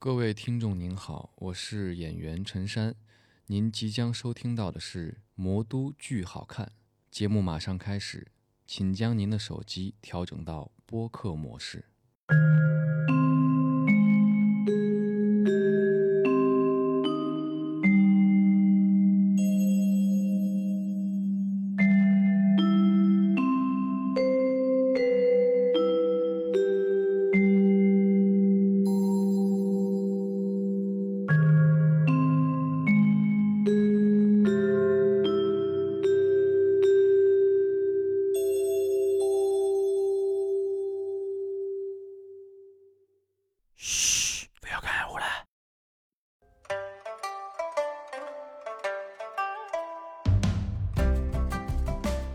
各位听众您好，我是演员陈山，您即将收听到的是《魔都剧好看》节目，马上开始，请将您的手机调整到播客模式。嘘，不要看我了。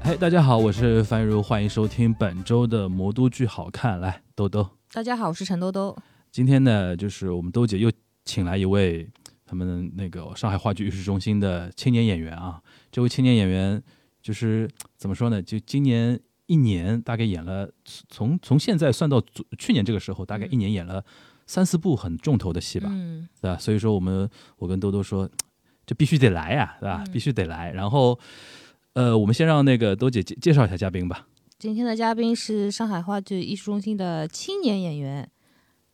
嘿，大家好，我是樊雨茹，欢迎收听本周的《魔都剧好看》。来，豆豆，大家好，我是陈兜兜。今天呢，就是我们豆姐又请来一位他们那个上海话剧艺术中心的青年演员啊。这位青年演员就是怎么说呢？就今年一年大概演了，从从现在算到昨去年这个时候，大概一年演了三四部很重头的戏吧。嗯，对吧？所以说我们我跟兜兜说，这必须得来呀、对吧？嗯必须得来。然后，呃，我们先让那个兜姐介介绍一下嘉宾吧。今天的嘉宾是上海话剧艺术中心的青年演员，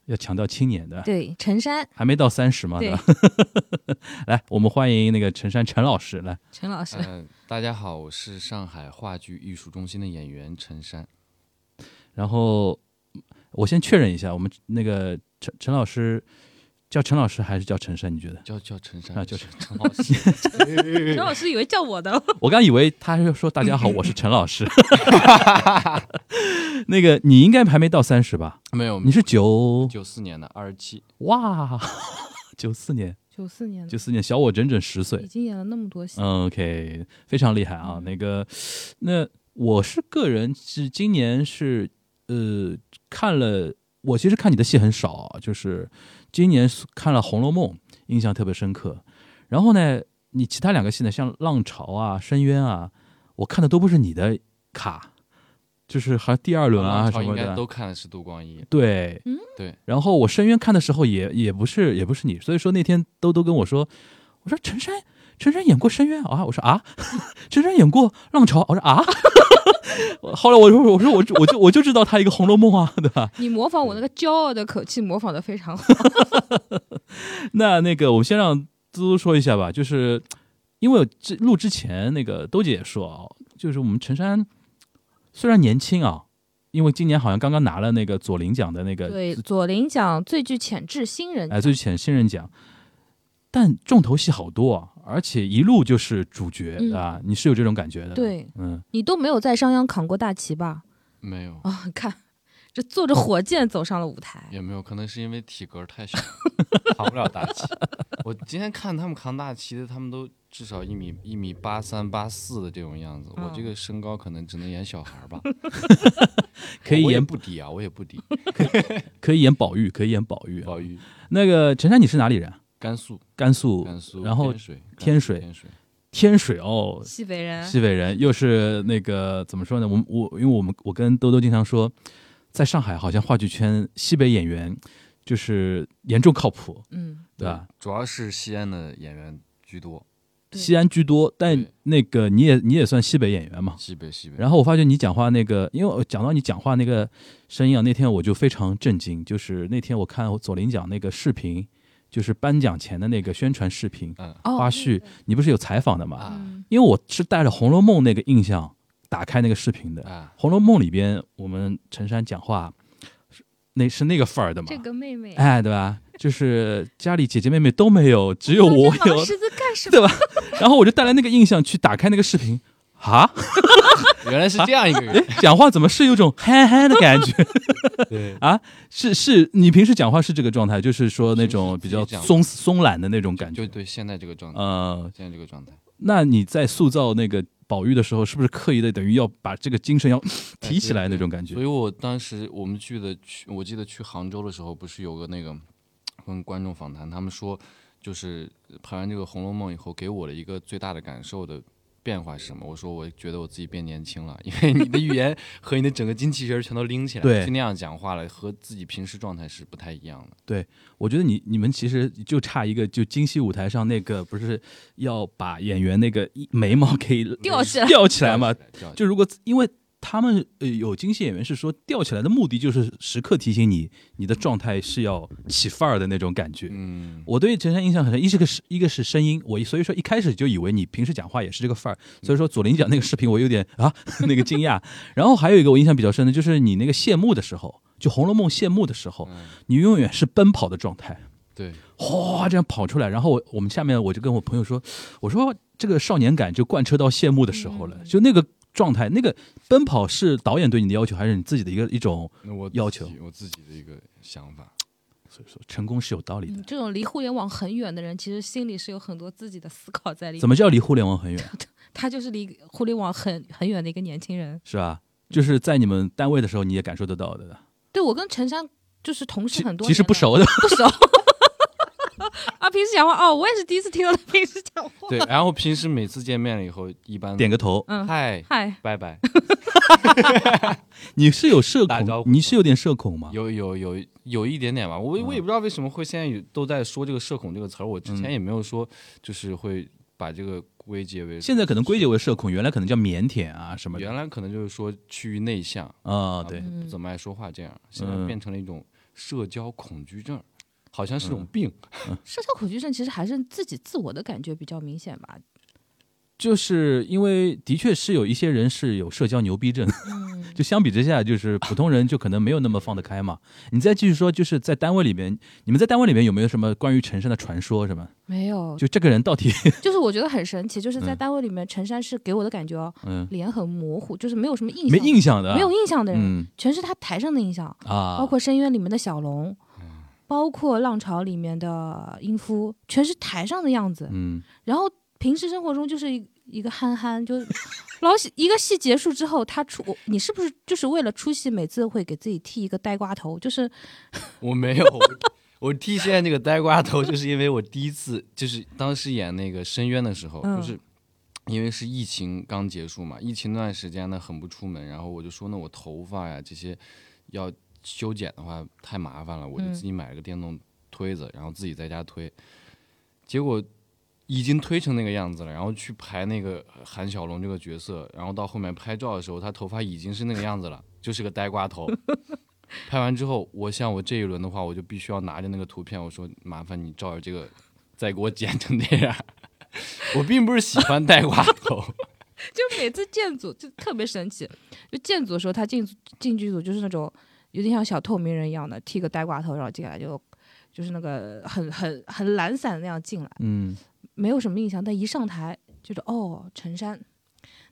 要强调青年的，对，陈山，还没到三十嘛，对对吧？， 来，我们欢迎那个陈山陈老师来。 陈 老师，呃，大家好，我是上海话剧艺术中心的演员陈山。然后我先确认一下，我们那个陈陈老师叫陈老师还是叫陈山？你觉得？叫叫陈山啊叫陈陈老师， 陈老师以为叫 我的，我刚以为他是说大家好，我是陈老师。那个你应该还没到三十吧？没有，你是九九四年的二十七，哇，九四年，九四年的九，四年小我整整十已岁。经演了那么多戏，嗯 OK，非常厉害嗯啊。那个，那我是个人是今年是呃看了，我其实看你的戏很少啊，就是今年是看了《红楼梦》，印象特别深刻。然后呢，你其他两个戏呢，像《浪潮》啊、《深渊》啊，我看的都不是你的卡，就是还第二轮啊王什朝哦么应的该，都看的是杜光一。对，嗯对。然后我深渊看的时候也也不是也不是你，所以说那天兜兜跟我说，我说陈山陈山演过深渊啊，我说啊， 陈山演过浪潮，我说啊。 后来我说我说我就我就我就知道他一个《红楼梦》啊，对吧？你模仿我那个骄傲的口气，模仿的非常好。那那个我们先让嘟嘟说一下吧，就是因为之录之前那个兜姐也说啊，就是我们陈山虽然年轻啊，因为今年好像刚刚拿了那个左琳奖的那个对，左琳奖最具潜质新人，哎，最前新人奖，但重头戏好多啊，而且一路就是主角、嗯啊，你是有这种感觉的。，对嗯，你都没有在商鞅扛过大旗吧？没有，啊， 看，这坐着火箭走上了舞台，也没有，可能是因为体格太小， 扛不了大旗。我今天看他们扛大旗的，他们都至少一米一米八三、八四的这种样子。我这嗯个身高可能只能演小孩儿吧，可以我也演不低啊，我也不低。可以演宝玉，可以演宝玉。啊宝玉，那个陈山，你是哪里人？啊甘肃，甘肃甘肃，然后天水，天甘肃水天水，天水哦，西北人，西北人，又是那个怎么说呢？我们我因为我们我跟兜兜经常说，在上海好像话剧圈西北演员就是严重靠谱，嗯，对吧？主要是西安的演员居多，对西安居多，但对那个你也你也算西北演员嘛？西北西北。然后我发觉你讲话那个，因为我讲到你讲话那个声音啊，那天我就非常震惊。就是那天我看左琳奖那个视频，就是颁奖前的那个宣传视频嗯，哦花，絮，你不是有采访的吗？啊嗯因为我是带着《红楼梦》那个印象打开那个视频的，《啊，红楼梦》里边我们陈山讲话是那是那个范儿的嘛？这个妹妹，哎，对吧？就是家里姐姐妹妹都没有，只有我这老有。师在干什么？ 对吧？然后我就带来那个印象去打开那个视频，啊，原来是这样一个 人。哎讲话怎么是有种憨憨的感觉？ 啊对，是是，你平时讲话是这个状态，就是说那种比平较时自己讲松松懒的那种感就觉。对，现在这个状态，呃，现在这个状态，那你在塑造那个宝玉的时候，是不是刻意的等于要把这个精神 要哎提起对来那对种感觉所？以我当时我们去的去，我记得去杭州的时候，不是有个那个跟观众访谈，他们说就是拍完这个《红楼梦》以后，给我的一个最大的感受的变化是什么？我说我觉得我自己变年轻了，因为你的语言和你的整个精气神儿全都拎起来，对就那样讲话了，和自己平时状态是不太一样的。我觉得你你们其实就差一个，就京戏舞台上那个不是要把演员那个一眉毛给吊起来吊起来嘛？吊起来，就如果因为他们呃有京戏演员是说吊起来的目的就是时刻提醒你你的状态是要起范儿的那种感觉。嗯，我对陈山印象很深，一是个是一个是声音，我一所以说一开始就以为你平时讲话也是这个范儿，所以说左麟讲那个视频我有点啊 那个惊讶。然后还有一个我印象比较深的就是你那个谢幕的时候，就《红楼梦》谢幕的时候，嗯你永远是奔跑的状态。对，哗这样跑出来，然后我我们下面我就跟我朋友说，我说这个少年感就贯彻到谢幕的时候嗯了，就那个状态，那个奔跑是导演对你的要求，还是你自己的一个一种？那我自要求己我自己的一个想 法。所以说成功是有道理的嗯，。这种离互联网很远的人，其实心里是有很多自己的思考在里怎面。么叫离互联网很远？他就是离互联网很很远的一个年轻人。是吧？就是在你们单位的时候，你也感受得到的。对我跟陈山就是同事其嗯很多，其实不，熟的，不熟。 啊，平时讲话哦，我也是第一次听到他平时 讲话。对，然后平时每次见面了以后，一般点个头。嗯，嗨，嗨，拜拜。你是有社打招恐，呼你是有点社恐吗？有有有有一点点吧，我嗯我也不知道为什么会现在有都在说这个社恐这个词儿，我之前也没有说就是会把这个归结为，现在可能归结为社恐，原来可能叫腼腆啊什么的。原来可能就是说趋于内向，啊，对，嗯不怎么爱说话这样，现在变成了一种社交恐惧症，好像是嗯种病，社交恐惧症其实还是自己自我的感觉比较明显吧。就是因为的确是有一些人是有社交牛逼症，嗯 就相比之下，就是普通人就可能没有那么放得开嘛。你再继续说，就是在单位里面，你们在单位里面有没有什么关于陈胜的传说什么？没有，就这个人到 底，就是我觉得很神奇，就是在嗯单位里面，陈山是给我的感觉哦，嗯，脸很模糊，就是没有什么印象，没印象的啊，没有印象的人，嗯全是他台上的印象，啊，嗯包括《深渊》里面的小龙，包括《浪潮》里面的英夫，全是台上的样子。嗯，然后平时生活中就是一一个憨憨，就 老喜一个戏结束之后，他出我你是不是就是为了出戏，每次会给自己剃一个呆瓜头？就是我没有。我我剃现在这个呆瓜头，就是因为我第一次，就是当时演那个《深渊》的时候，嗯就是因为是疫情刚结束嘛，疫情那段时间呢很不出门，然后我就说那我头发呀这些要修剪的话太麻烦了，我就嗯自己买了个电动推子，然后自己在家推，结果已经推成那个样子了，然后去排那个韩小龙这个角色，然后到后面拍照的时候，他头发已经是那个样子了，就是个呆瓜头。 拍完之后，我像我这一轮的话，我就必须要拿着那个图片，我说麻烦你照着这个再给我剪成那样。我并不是喜欢呆瓜头， 就每次建组就特别神奇，就建组的时候他进进剧组就是那种有点像小透明人一样的，剃个呆瓜头，然后进来就就是那个很很很懒散的那样进来。嗯，没有什么印象，但一上台就是哦，陈山，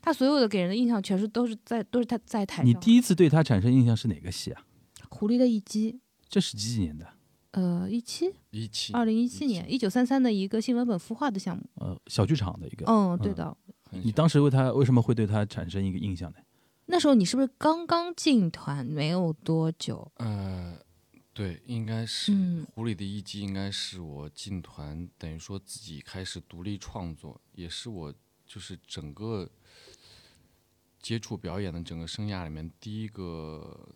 他所有的给人的印象全是都是在都是他在台你上。第一次对他产生印象是哪个戏啊？狐狸的一击，这是几几年的？呃，一七一期二零一七年一九三三的一个新文本孵化的项目。呃，小剧场的一个。嗯，对的。你当时为他为什么会对他产生一个印象呢？那时候你是不是刚刚进团没有多久？呃，对，应该是《嗯狐狸的一击》，应该是我进团，等于说自己开始独立创作，也是我就是整个接触表演的整个生涯里面第一个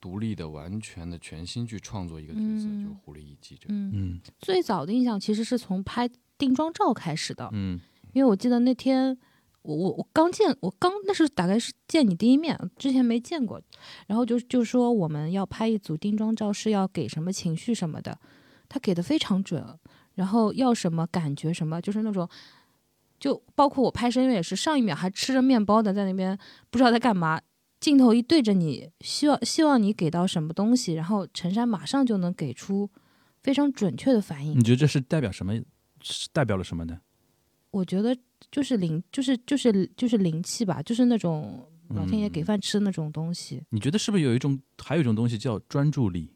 独立的、完全的、全新去创作一个角色，就是《嗯狐狸一击》这个。嗯，嗯最早的印象其实是从拍定妆照开始的，嗯因为我记得那天我我我刚见我刚那是大概是见你第一面，之前没见过，然后就就说我们要拍一组定妆照是要给什么情绪什么的，他给的非常准，然后要什么感觉什么，就是那种。就包括我拍声乐也是，上一秒还吃着面包的，在那边不知道在干嘛，镜头一对着你，希望希望你给到什么东西，然后陈山马上就能给出非常准确的反应。你觉得这是代表什么？是代表了什么呢？我觉得就是灵，就是就是就是灵气吧，就是那种老嗯天爷给饭吃的那种东西。你觉得是不是有一种，还有一种东西叫专注力？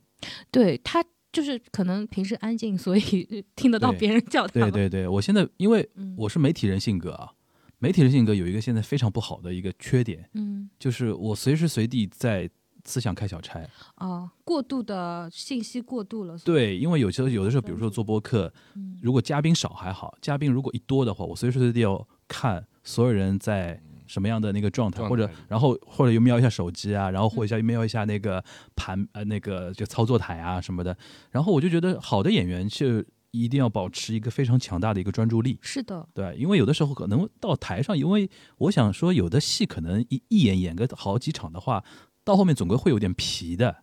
对他就是可能平时安静，所以 听得到对别人叫他。 对，对对，我现在因为嗯，我是媒体人性格啊，媒体人性格有一个现在非常不好的一个缺点，嗯就是我随时随地在思想开小差。啊，过度的信息过度了。所以，对，因为有时候有的时候，比如说做播客，嗯如果嘉宾少还好，嘉宾如果一多的话，我随时随地要看所有人在什么样的那个状态，状态嗯或者里然后或者又瞄一下手机啊，然后或者一下瞄一下那个盘呃那个就操作台啊什么的，然后我就觉得好的演员就一定要保持一个非常强大的一个专注力，是的，对，因为有的时候可能到台上，因为我想说，有的戏可能一一演演个好几场的话，到后面总归会有点疲的，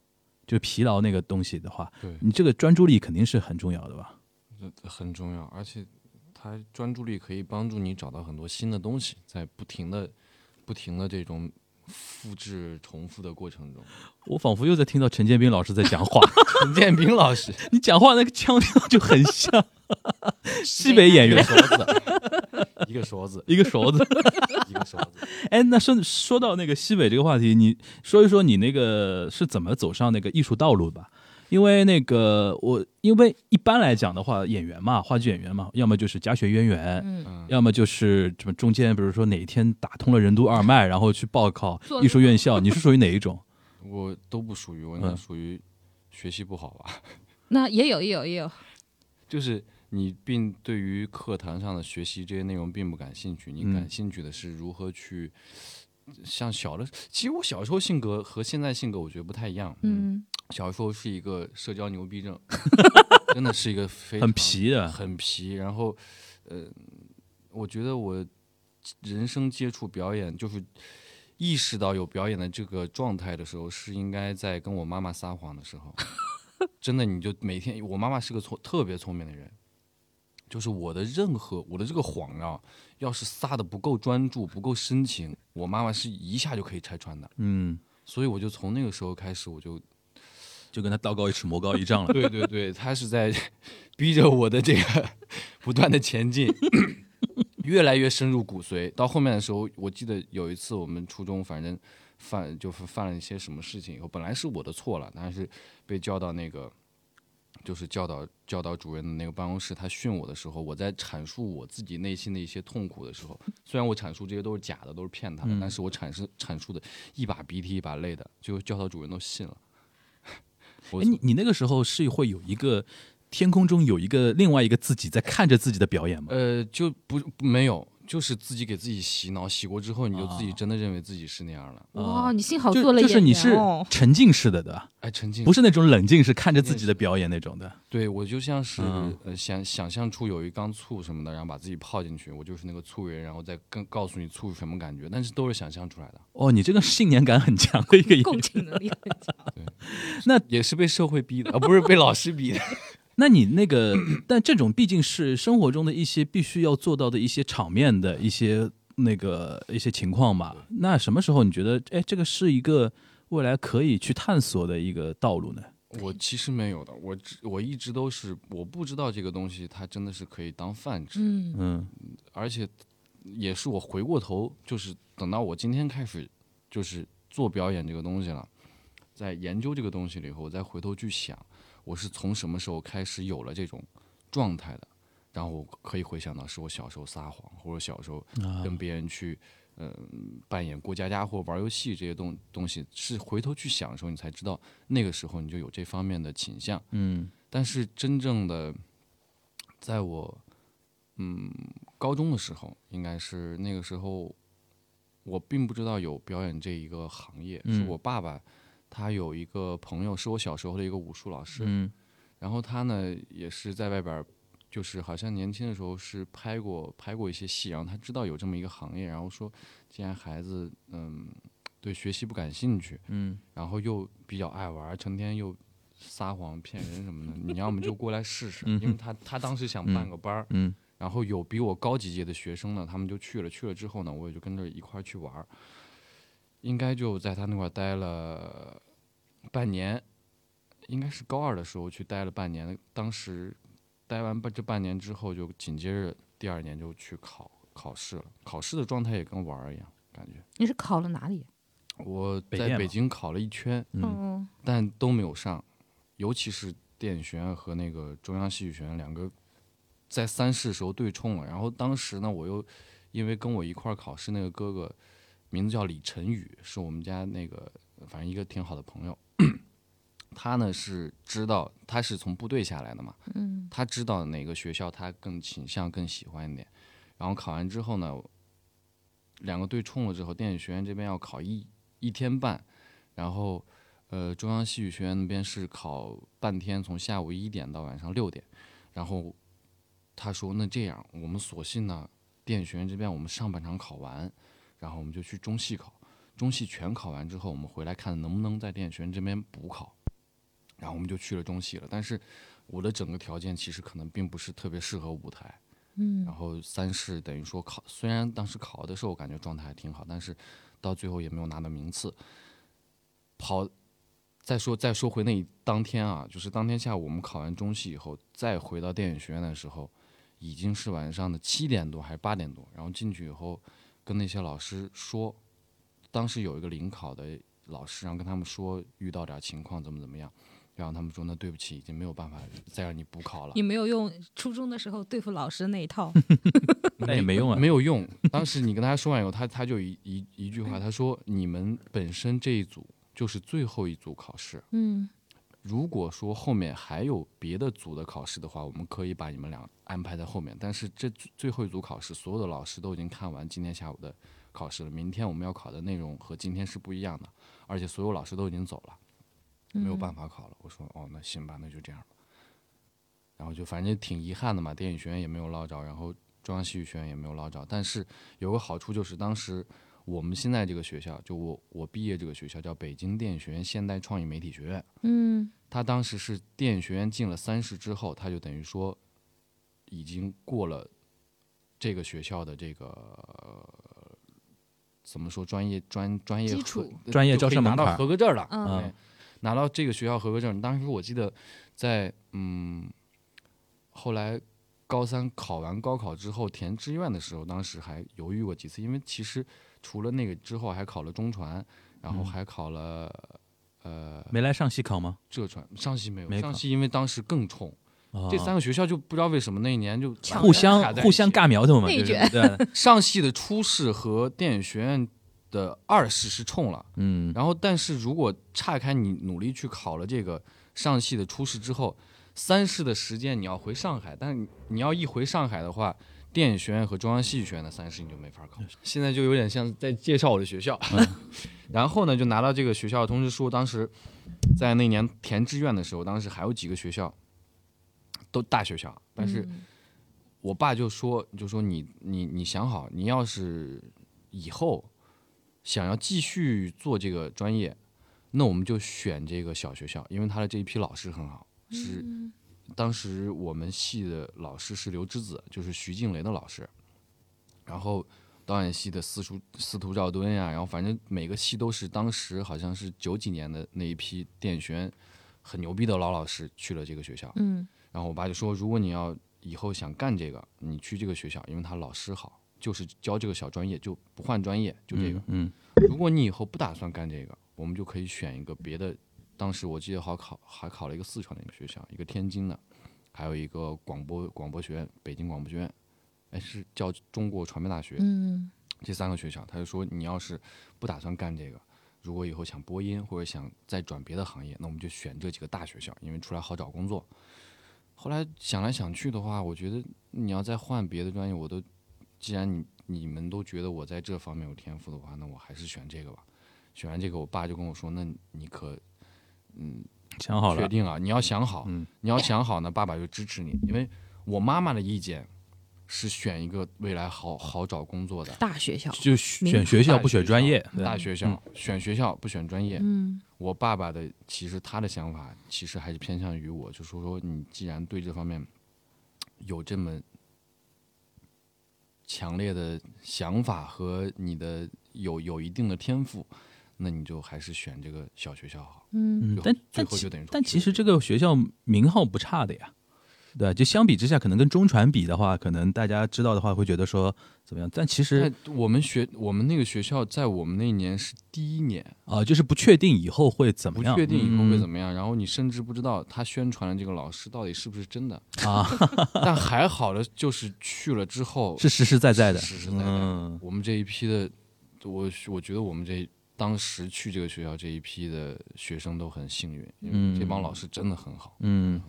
就疲劳那个东西的话，对，你这个专注力肯定是很重要的吧？这很重要，而且它专注力可以帮助你找到很多新的东西，在不停的、不停的这种复制、重复的过程 中。我仿佛又在听到陈建斌老师在讲话， 陈建斌老师，你讲话那个腔调就很像 西北演一个员勺子，一个勺子，一个勺子。一个勺子。哎，那说说到那个西北这个话题，你说一说你那个是怎么走上那个艺术道路吧？因为那个我，因为一般来讲的话，演员嘛，话剧演员嘛，要么就是家学渊源，嗯，嗯，要么就是什么中间，比如说哪一天打通了任督二脉，然后去报考做艺术院校，你是属于哪一 种？我都不属于，我嗯那属于学习不好吧。 那也有也有也有，就是你并对于课堂上的学习这些内容并不感兴趣，你嗯感兴趣的是如何去。像小的，其实我小时候性格和现在性格我觉得不太一样。，嗯，小时候是一个社交牛逼 症，真的是一个非常很皮的，很皮。然后，呃，我觉得我人生接触表演，就是意识到有表演的这个状态的时候，是应该在跟我妈妈撒谎的时候。真的，你就每天，我妈妈是个聪特别聪明的人，就是我的任何我的这个谎啊，要是撒的不够专注、不够深情，我妈妈是一下就可以拆穿的。嗯，所以我就从那个时候开始，我就就跟他道高一尺，魔高一丈了。对对对，他是在 逼着我的这个不断的前进， 越来越深入骨髓。到后面的时候，我记得有一次我们初中，反正犯就是犯了一些什么事情以后，本来是我的错了，但是被叫到那个就是教导教导主任的那个办公室，他训我的时候，我在阐述我自己内心的一些痛苦的时候，虽然我阐述这些都是假的，都是骗他的，但是我阐述阐述的一把鼻涕一把泪的，最后教导主任都信了。我哎，你你那个时候是会有一个天空中有一个另外一个自己在看着自己的表演吗？呃，就不不没有，就是自己给自己洗脑，洗过之后，你就自己啊真的认为自己是那样了。嗯哇，你幸好就做呃了就演是员你是哦，沉浸式的，对吧？哎，沉浸不是那种冷静式看着自己的嗯表演那种的。对我就像是、嗯呃想想象出有一缸醋什么的，然后把自己泡进去，我就是那个醋人，然后再跟告诉你醋是什么感觉，但是都是想象出来的，哦，你这个信念感很强的一 个演共员。情能力很 强。也是被社会逼的，啊，不是被老师逼的。那你那个，但这种毕竟是生活中的一些必须要做到的一些场面的一些那个一些情况嘛。那什么时候你觉得，哎，这个是一个未来可以去探索的一个道路呢？ 我其实没有的，我只我一直都是我不知道这个东西它真的是可以当饭吃，嗯嗯而且也是我回过头，就是等到我今天开始就是做表演这个东西了，在研究这个东西了以后，我再回头去想，我是从什么时候开始有了这种状态的。然后我可以回想到是我小时候撒谎，或者小时候啊，跟别人去，嗯、扮演过家家或玩游戏这些东东西，是回头去想的时候，你才知道那个时候你就有这方面的倾向。嗯但是真正的，在我嗯高中的时候，应该是那个时候，我并不知道有表演这一个行业，嗯是我爸爸他有一个朋友，是我小时候的一个武术老师，嗯然后他呢也是在外边儿，就是好像年轻的时候是拍过拍过一些戏，然后他知道有这么一个行业，然后说既然孩子嗯对学习不感兴趣，嗯，然后又比较爱玩儿，成天又撒谎骗人什 么的，你要么就过来试试，因为他他当时想办个班儿，嗯嗯嗯然后有比我高几届的学生呢，他们就去了，去了之后呢，我也就跟着一块儿去玩儿，应该就在他那块儿待了半年，应该是高二的时候去待了半年，当时待完半这半年之后，就紧接着第二年就去考考试了，考试的状态也跟玩儿一样，感觉你是考了哪里？我北在电北嘛京考了一圈。嗯，但都没有上，尤其是电影学院和那个中央戏剧学院两个在三试的时候对冲了。然后当时呢，我又因为跟我一块儿考试那个哥哥，名字叫李晨宇，是我们家那个反正一个挺好的朋友。 他呢是知道他是从部队下来的嘛，嗯，他知道哪个学校他更倾向更喜欢一点。然后考完之后呢，两个对冲了之后，电影学院这边要考一一天半，然后呃中央戏剧学院那边是考半天，从下午一点到晚上六点。然后他说那这样，我们索性呢，电影学院这边我们上半场考完，然后我们就去中戏考，中戏全考完之后，我们回来看能不能在电影学院这边补考。然后我们就去了中戏了，但是我的整个条件其实可能并不是特别适合舞台。嗯然后三试等于说考，虽然当时考的时候我感觉状态还挺好，但是到最后也没有拿到名次。跑，再说再说回那一当天啊，就是当天下午我们考完中戏以后，再回到电影学院的时候，已经是晚上的七点多还是八点多。然后进去以后，跟那些老师说，当时有一个临考的老师，然后跟他们说遇到点情况怎么怎么样，然后他们说那对不起，已经没有办法再让你补考了。你没有用初中的时候对付老师那 一套，但也没用啊没有用。当时你跟他说完以后，他他就一一一句话，他说：“你们本身这一组就是最后一组考试，嗯如果说后面还有别的组的考试的话，我们可以把你们俩安排在后面。但是这最最后一组考试，所有的老师都已经看完今天下午的考试了，明天我们要考的内容和今天是不一样的，而且所有老师都已经走了，没有办法考了。我说哦，那行吧，那就这样吧。然后就反正挺遗憾的嘛，电影学院也没有捞着，然后中央戏剧学院也没有捞着。但是有个好处就是，当时我们现在这个学校，就我我毕业这个学校叫北京电影学院现代创意媒体学院。嗯他当时是电影学院进了三试之后，他就等于说已经过了这个学校的这个、呃怎么说专业专专业基合础呃专业就可以招生门拿到槛儿合格证了，嗯对拿到这个学校合格证。当时我记得在嗯，后来高三考完高考之后填志愿的时候，当时还犹豫过几次，因为其实除了那个之后，还考了中传，然后嗯还考了、呃没来上戏考吗？浙传上戏没有，没上考戏因为当时更冲，啊这三个学校就不知道为什么那一年就抢互卡相在一起互相尬苗头嘛，内就是卷 对，上戏的初试和电影学院的二试是冲了，嗯，然后但是如果岔开你努力去考了这个上戏的初试之后，三试的时间你要回上海，但是你要一回上海的话。电影学院和中央戏剧学院的三试你就没法考，现在就有点像在介绍我的学校。 然后呢，就拿到这个学校的通知书。当时在那年填志愿的时候，当时还有几个学校都大学校，但是嗯我爸就说，就说你你你想好，你要是以后想要继续做这个专业，那我们就选这个小学校，因为他的这一批老师很好，是嗯当时我们系的老师是刘之子，就是徐静蕾的老师，然后导演系的司徒司徒赵敦呀、然后反正每个系都是当时好像是九几年的那一批电影学院很牛逼的老老师去了这个学校，嗯然后我爸就说，如果你要以后想干这个，你去这个学校，因为他老师好，就是教这个小专业，就不换专业，就这个。嗯，如果你以后不打算干这个，我们就可以选一个别的。当时我记得好考还考了一个四川的一个学校，一个天津的，还有一个广播广播学院，北京广播学院，哎是叫中国传媒大学，嗯这三个学校，他就说你要是不打算干这个，如果以后想播音或者想再转别的行业，那我们就选这几个大学校，因为出来好找工作。后来想来想去的话，我觉得你要再换别的专业，我都既然你你们都觉得我在这方面有天赋的话，那我还是选这个吧。选完这个，我爸就跟我说：“那你可嗯想好确了，定啊，你要想好，嗯你要想好呢，爸爸就支持你。因为我妈妈的意见是选一个未来好好找工作 的，大学校，就选学校不选专业，对嗯大学校选学校不选专业。嗯我爸爸的其实他的想法其实还是偏向于我，就说说你既然对这方面有这么强烈的想法和你的有有一定的天赋，那你就还是选这个小学校好。嗯嗯就，但最但后就其等于说但去其了实这个学校名号不差的呀，对，就相比之下，可能跟中传比的话，可能大家知道的话会觉得说怎么样，但其实但我们学我们那个学校在我们那一年是第一年，啊，就是不确定以后会怎不么样，嗯确定以后会怎么么样，然后你甚至不知道他宣传的这个老师到底是不是真的。啊， 但还好的就是去了之后是实实在在的，实实在在的嗯我们这一批的，我我觉得我们这当时去这个学校这一批的学生都很幸运，因为这帮老师真的很好。嗯。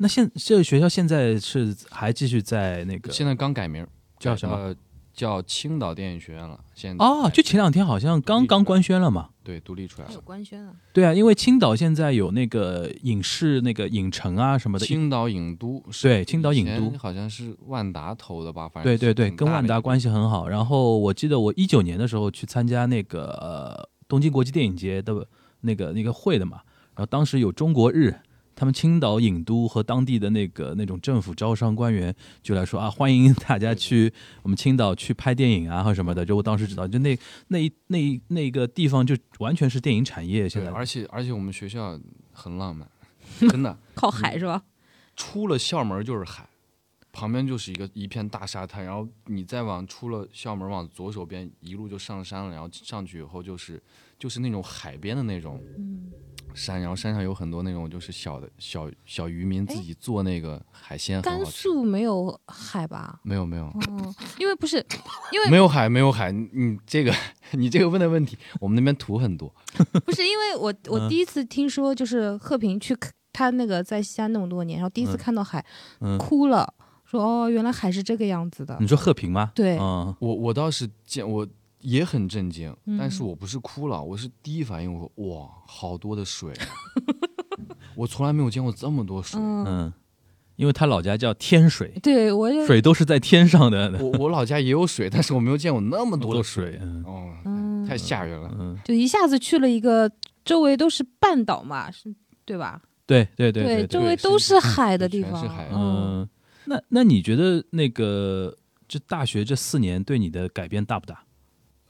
那现这个学校现在是还继续在那个现在刚改名儿，叫什么呃叫青岛电影学院了。现在哦，就前两天好像刚刚官宣了嘛。对独立出来还有了。官宣啊，对啊，因为青岛现在有那个影视那个影城啊什么的，青岛影都是对青岛影以前都，好像是万达投的吧？反正对对对，挺跟大万的一达个关系很好。然后我记得我一九年的时候去参加那个、呃、东京国际电影节的那个那个会的嘛，然后当时有中国日，他们青岛影都和当地的那个那种政府招商官员就来说啊，欢迎大家去我们青岛去拍电影啊或什么的。就我当时知道，就那那一那一那个地方就完全是电影产业现对，在。而且而且我们学校很浪漫，真 的，靠海是吧？出了校门就是海，旁边就是一个一片大沙滩，然后你再往出了校门往左手边一路就上山了，然后上去以后就是就是那种海边的那种嗯，山，然后山上有很多那种就是小的小小渔民哎自己做那个海鲜，很甘好吃。肃没有海吧？没有没有哦，因为不是对没有海没有海，你你这个 你这个问的问题，我们那边土很多，不是，因为我我第一次听说，就是贺平去看他那个在西安那么多年，然后第一次看到海，嗯哭了，说哦，原来海是这个样子的。你说贺平吗？对嗯，我我倒是见我也很震惊，嗯但是我不是哭了，我是第一反应我说哇，好多的水啊， 我从来没有见过这么多水。嗯，嗯，因为他老家叫天水，对我就水都是在天上的，我我老家也有水，但是我没有见过那么多的多水。水，嗯哦，嗯太吓人了。嗯，就一下子去了一个周围都是半岛嘛，是对吧？对对对对，周围都是海的地全方。是海嗯，嗯，那那你觉得那个这大学这四年对你的改变大不大？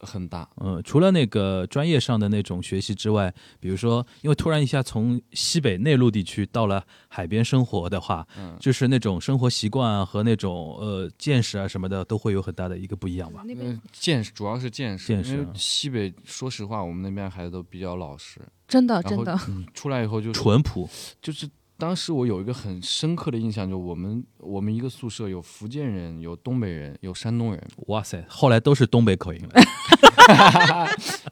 很大，嗯，除了那个专业上的那种学习之外，比如说，因为突然一下从西北内陆地区到了海边生活的话，嗯就是那种生活习惯啊和那种呃见识啊什么的，都会有很大的一个不一样吧？那边嗯，见识主要是见识，见识啊因为西北说实话，我们那边孩子都比较老实，真的然真后的，出来以后就是淳朴，就是当时我有一个很深刻的印象，就我们我们一个宿舍有福建人，有东北人，有山东人，哇塞！后来都是东北口音了，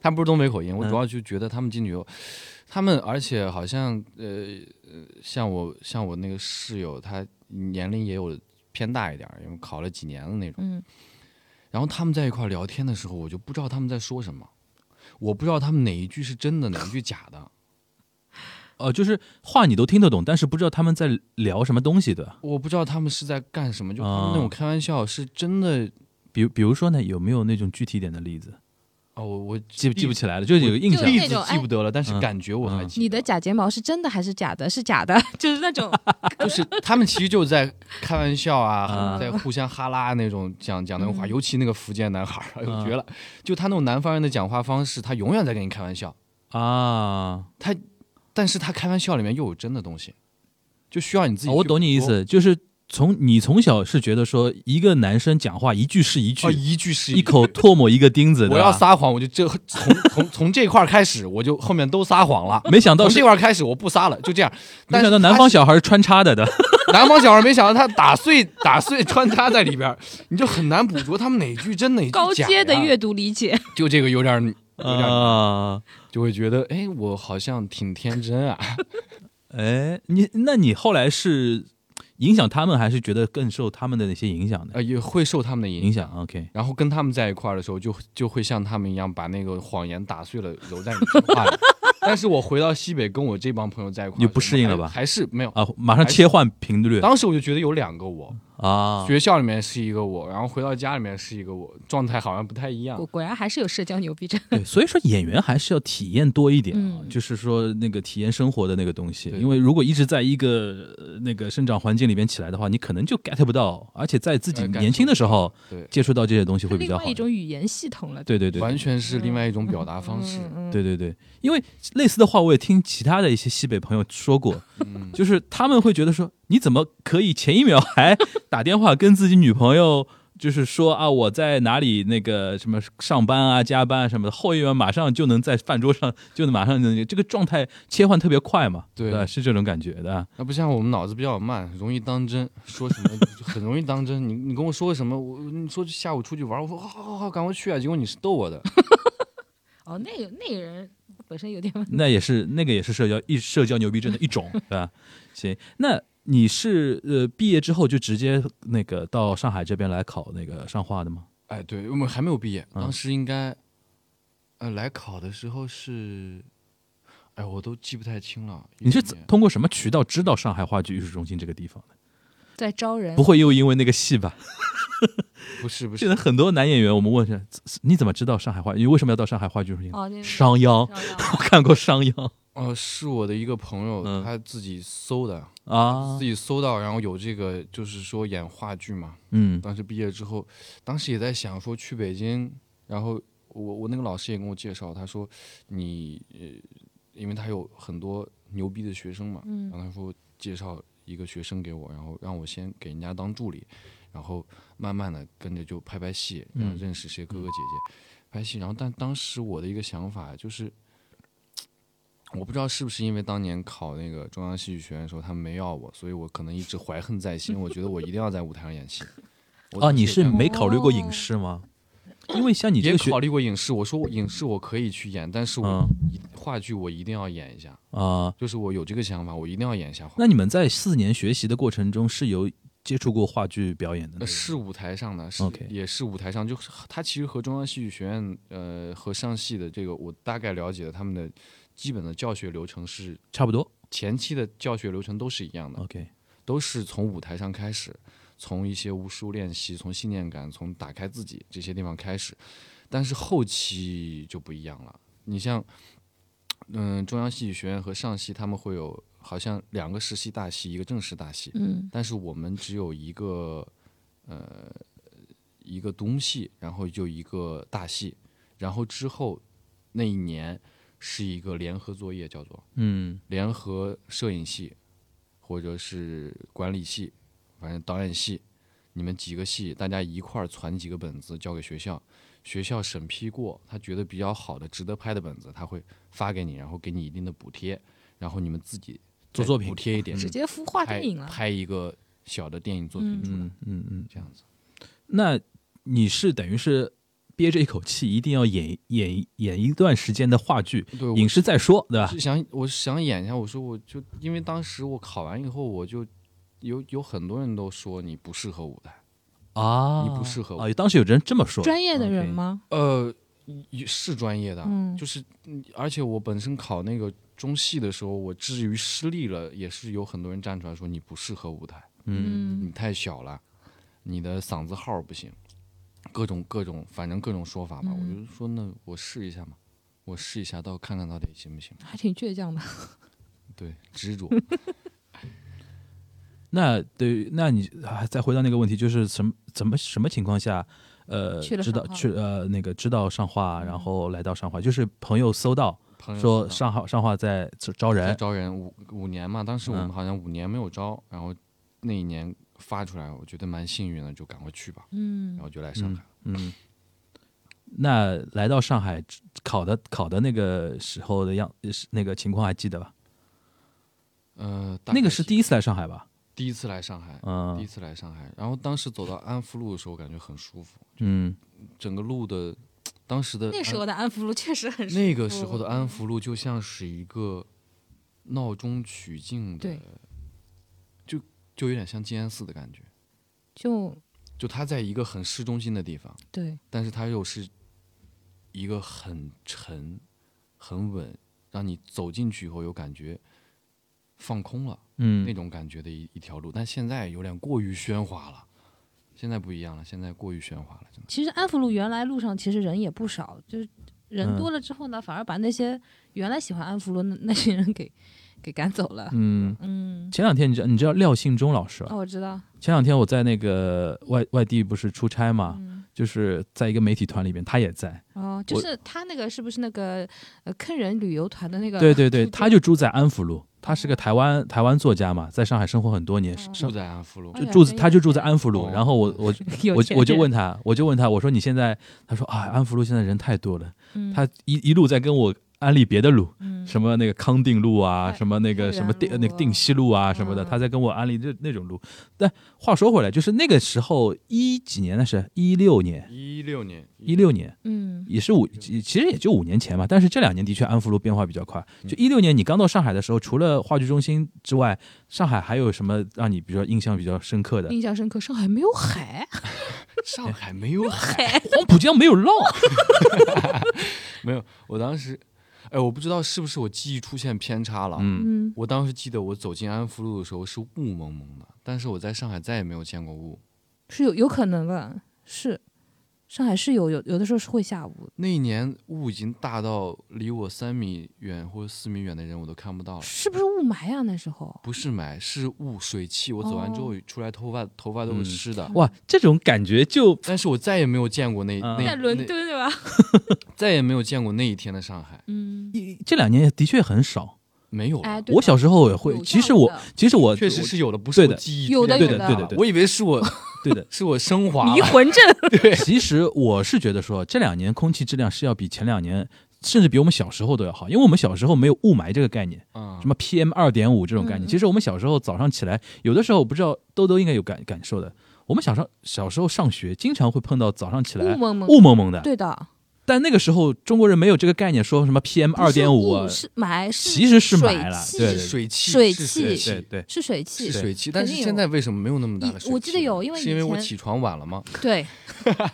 他们不是东北口音，我嗯主要就觉得他们进去以后，他们而且好像呃呃，像我像我那个室友，他年龄也有偏大一点儿，因为考了几年的那种。嗯，然后他们在一块儿聊天的时候，我就不知道他们在说什么，我不知道他们哪一句是真的，哪一句假的，哦、就是话你都听得懂，但是不知道他们在聊什么东西的。我不知道他们是在干什么，就他们那种啊开玩笑是真的。比如比如说呢，有没有那种具体点的例子？哦，我我记不记不起来了，就是有个印象就。例那子种哎记不得了，但是嗯感觉我还记得。你的假睫毛是真的还是假的？是假的， 就是 那种就是他们其实就在开玩笑啊，啊在互相哈拉那种讲讲那种话，嗯尤其那个福建男孩儿，哎呦啊绝了！就他那种南方人的讲话方式，他永远在跟你开玩笑，啊，但是他开玩笑里面又有真的东西，就需要你自己、哦我懂你意，思，就是从你从小是觉得说一个男生讲话一句是一句，啊，一句是一一句。口唾沫一个钉子，啊我对吧要撒谎，我就这从从从这块儿开始，我就后面都撒谎了。没 想到从是这，块儿开始，我不撒了，就这样。没但想是到南他方小孩是穿插的的，南方小孩没想到他打碎打碎穿插在里边儿，你就很难捕捉他们哪句真哪句高假阶的呀阅读理解。就这个有点儿有点儿啊，就会觉得，哎，我好像挺天真啊。 哎，你那你后来是影响他们，还是觉得更受他们的那些影响呢？呃，也会受他们的影影响。响，OK，然后跟他们在一块儿的时候就，就会像他们一样把那个谎言打碎了，揉在你身上。 但是我回到西北，跟我这帮朋友在一块儿的时候，你不适应了吧还还是没有。啊，马上切换频率当时我就觉得有两个我，啊，学校里面是一个我，然后回到家里面是一个我，状态好像不太一样果。果然还是有社交牛逼症。对，所以说演员还是要体验多一点啊，嗯就是说那个体验生活的那个东西，对因为如果一直在一个、呃那个生长环境里边起来的话，你可能就 get 不到，而且在自己呃感年轻的时候对，接触到这些东西会比另较外好一一点。种语言系统了。对对对，完对全是另外一种表达方式。嗯，嗯对对对，因为类似的话我也听其他的一些西北朋友说过，嗯，就是他们会觉得说，你怎么可以前一秒还打电话跟自己女朋友，就是说啊我在哪里那个什么上班啊、加班啊什么的，后一秒马上就能在饭桌上就能马上能这个状态切换特别快嘛，对吧？是这种感觉的。那不像我们脑子比较慢，容易当真，说什么就很容易当真。你你跟我说什么，我你说下午出去玩，我说好好好好，赶快去啊！结果你是逗我的，哦，那个那个人本身有点问 题。那也是那个也是社交一社交牛逼症的一种，对吧？行，那你是呃毕业之后就直接那个到上海这边来考那个上画的吗？哎，对我们还没有毕业，嗯当时应该，呃，来考的时候是，哎，我都记不太清了。你是一怎年通过什么渠道知道上海话剧艺术中心这个地方的？在招人不，会又因为那个戏吧？不是不现是在很多男演员，我们问一下，你怎么知道上海话？你为什么要到上海话剧中心？哦，那个商鞅，我看过商鞅呃，是我的一个朋友，嗯他自己搜的，啊自，己搜到，然后有这个，就是说演话剧嘛。嗯当时毕业之后，当时也在想说去北京，然后我我那个老师也跟我介绍，他说你呃，因为他有很多牛逼的学生嘛， 嗯然后他说介绍一个学生给我，然后让我先给人家当助理，然后慢慢的跟着就拍拍戏，然后嗯认识些哥哥姐姐，拍戏。然后但当时我的一个想法就是，我不知道是不是因为当年考那个中央戏剧学院的时候他们没要我，所以我可能一直怀恨在心，我觉得我一定要在舞台上演戏。我啊，当时你也是干过没考虑过影视吗？因为像你这也个学考虑过影视，我说我影视我可以去演，但是我嗯一话剧我一定要演一下，啊，就是我有这个想法，我一定要演一下话剧。那你们在四年学习的过程中是有接触过话剧表演的呃那是舞台上的，是嗯 OK 也是舞台上，就是它其实和中央戏剧学院呃和上戏的这个我大概了解了他们的基本的教学流程是差不多前期的教学流程都是一样的， OK，都是从舞台上开始，从一些无书练习，从信念感，从打开自己这些地方开始，但是后期就不一样了。你像，嗯、中央戏剧学院和上戏他们会有好像两个实习大戏，一个正式大戏，嗯但是我们只有一个呃一个独幕戏，然后就一个大戏，然后之后那一年是一个联合作业，叫做嗯联合摄影系或者是管理系，反正导演系，你们几个系大家一块儿传几个本子交给学校，学校审批过，他觉得比较好的、值得拍的本子，他会发给你，然后给你一定的补贴，然后你们自己做再作品嗯补贴一点，嗯直接孵化拍电影了，拍一个小的电影作品出来，嗯嗯嗯，这样子。那你是等于是憋着一口气，一定要演演演一段时间的话剧，对，影我视再说，对吧是？想我是想演一下，我说我就因为当时我考完以后，我就有有很多人都说你不适合舞台，啊，你不适合我啊，当时有人这么说，专业的人 OK？啊吗？呃，也是专业的，嗯就是嗯而且我本身考那个中戏的时候，我至于失利了，也是有很多人站出来说你不适合舞台，嗯你太小了，你的嗓子号儿不行，各种各种，反正各种说法吧。嗯我就说那我试一下嘛，我试一下，到看看到底行不行。还挺倔强的。对，执 着。那对于，那你啊，再回到那个问题，就是什么怎么什么情况下，呃，去了知道上化去呃那个知道上化，嗯然后来到上化，就是朋友搜到朋友说知道上化上化在招招嗯在人，招人五五年嘛，当时我们嗯好像五年没有招，然后那一年发出来，我觉得蛮幸运的，就赶快去吧，嗯然后就来上海。嗯，那来到上海考的考的那个时候的样是那个情况还记得吧？呃，大那概个是第一次来上海吧？第一次来上海，第一嗯次来上海，然后当时走到安福路的时候，感觉很舒服，嗯整个路的，当时呃的那时安候的安福路确实很舒服嗯那个时候的安福路就像是一个闹中取静的对，就就有点像静安寺的感觉，就就它在一个很市中心的地方，对，但是它又是一个很沉、很稳，让你走进去以后有感觉放空了。那嗯，种感觉的一一条路，但现在有点过于喧哗了，现在不一样了，现在过于喧哗了，真的。其实安福路原来路上其实人也不少，就是人多了之后呢，反而把那些原来喜欢安福路那那些人给给赶走了。嗯，嗯，前两天你知道你知道廖信忠老师吧哦，？我知道，前两天我在那个外外地不是出差嘛，嗯，就是在一个媒体团里边，他也在。哦，就是他那个是不是那个呃坑人旅游团的那个？对对对，出嗯他就住在安福路，他是个台湾台湾作家嘛，在上海生活很多年，哦住生在安福路哎，呀住真有他就住在钱安福路。哦然后我我有我钱我就人问他，我就问他，我说你现在，他说啊，安福路现在人太多了，嗯他一一路在跟我安利别的路，嗯什么那个康定路啊，太什么那个太什么远定了那个定西路啊什么的，嗯他在跟我安利这那种路。但话说回来，就是那个时候一几年那是一六年，一六年，一六年。嗯也是五，其其实也就五年前嘛。但是这两年的确安福路变化比较快。就一六年你刚到上海的时候，除了话剧中心之外，啊上海还有什么让你比较印象比较深刻的？印象深刻，上海没有海，上海没有海，黄浦江没有啊浪，没有。我当时，哎，我不知道是不是我记忆出现偏差了。嗯，嗯，我当时记得我走进安福路的时候是雾蒙蒙的，但是我在上海再也没有见过雾。是有有可能的，是上海是有有有的时候是会下雾，那一年雾已经大到离我三米远或者四米远的人我都看不到了。是不是雾霾啊？那时候不是霾，是雾水汽。我走完之后出来，头发头发都哦嗯是湿的。哇，这种感觉就但是我再也没有见过那、那嗯在那敦对吧？再也没有见过那一天的上海，嗯，这两年的确很少。没有了。哎，对我的小时候也有会，这其实样我的其实我确实是有的，不是对我的记忆有的出对现的有对的的对我以为是我。对的是我升华迷了，魂阵， 其实我是觉得说，这两年空气质量是要比前两年，甚至比我们小时候都要好，因为我们小时候没有雾霾这个概念。嗯什么 PM 二点五这种概念。啊嗯其实我们小时候早上起来，有的时候我不知道兜兜应该有感感受的。我们小时候小时候上学，经常会碰到早上起来雾蒙蒙，雾蒙蒙的，对的，但那个时候中国人没有这个概念，说什么 PM 不二是点雾五，啊是霾，是其实是水霾了汽对对是水汽，水是汽水对对是水汽是，水汽。肯但定是有现在为什么没有那么大的以水汽呢？我记得有因为是因以为我前起床晚了吗？ 对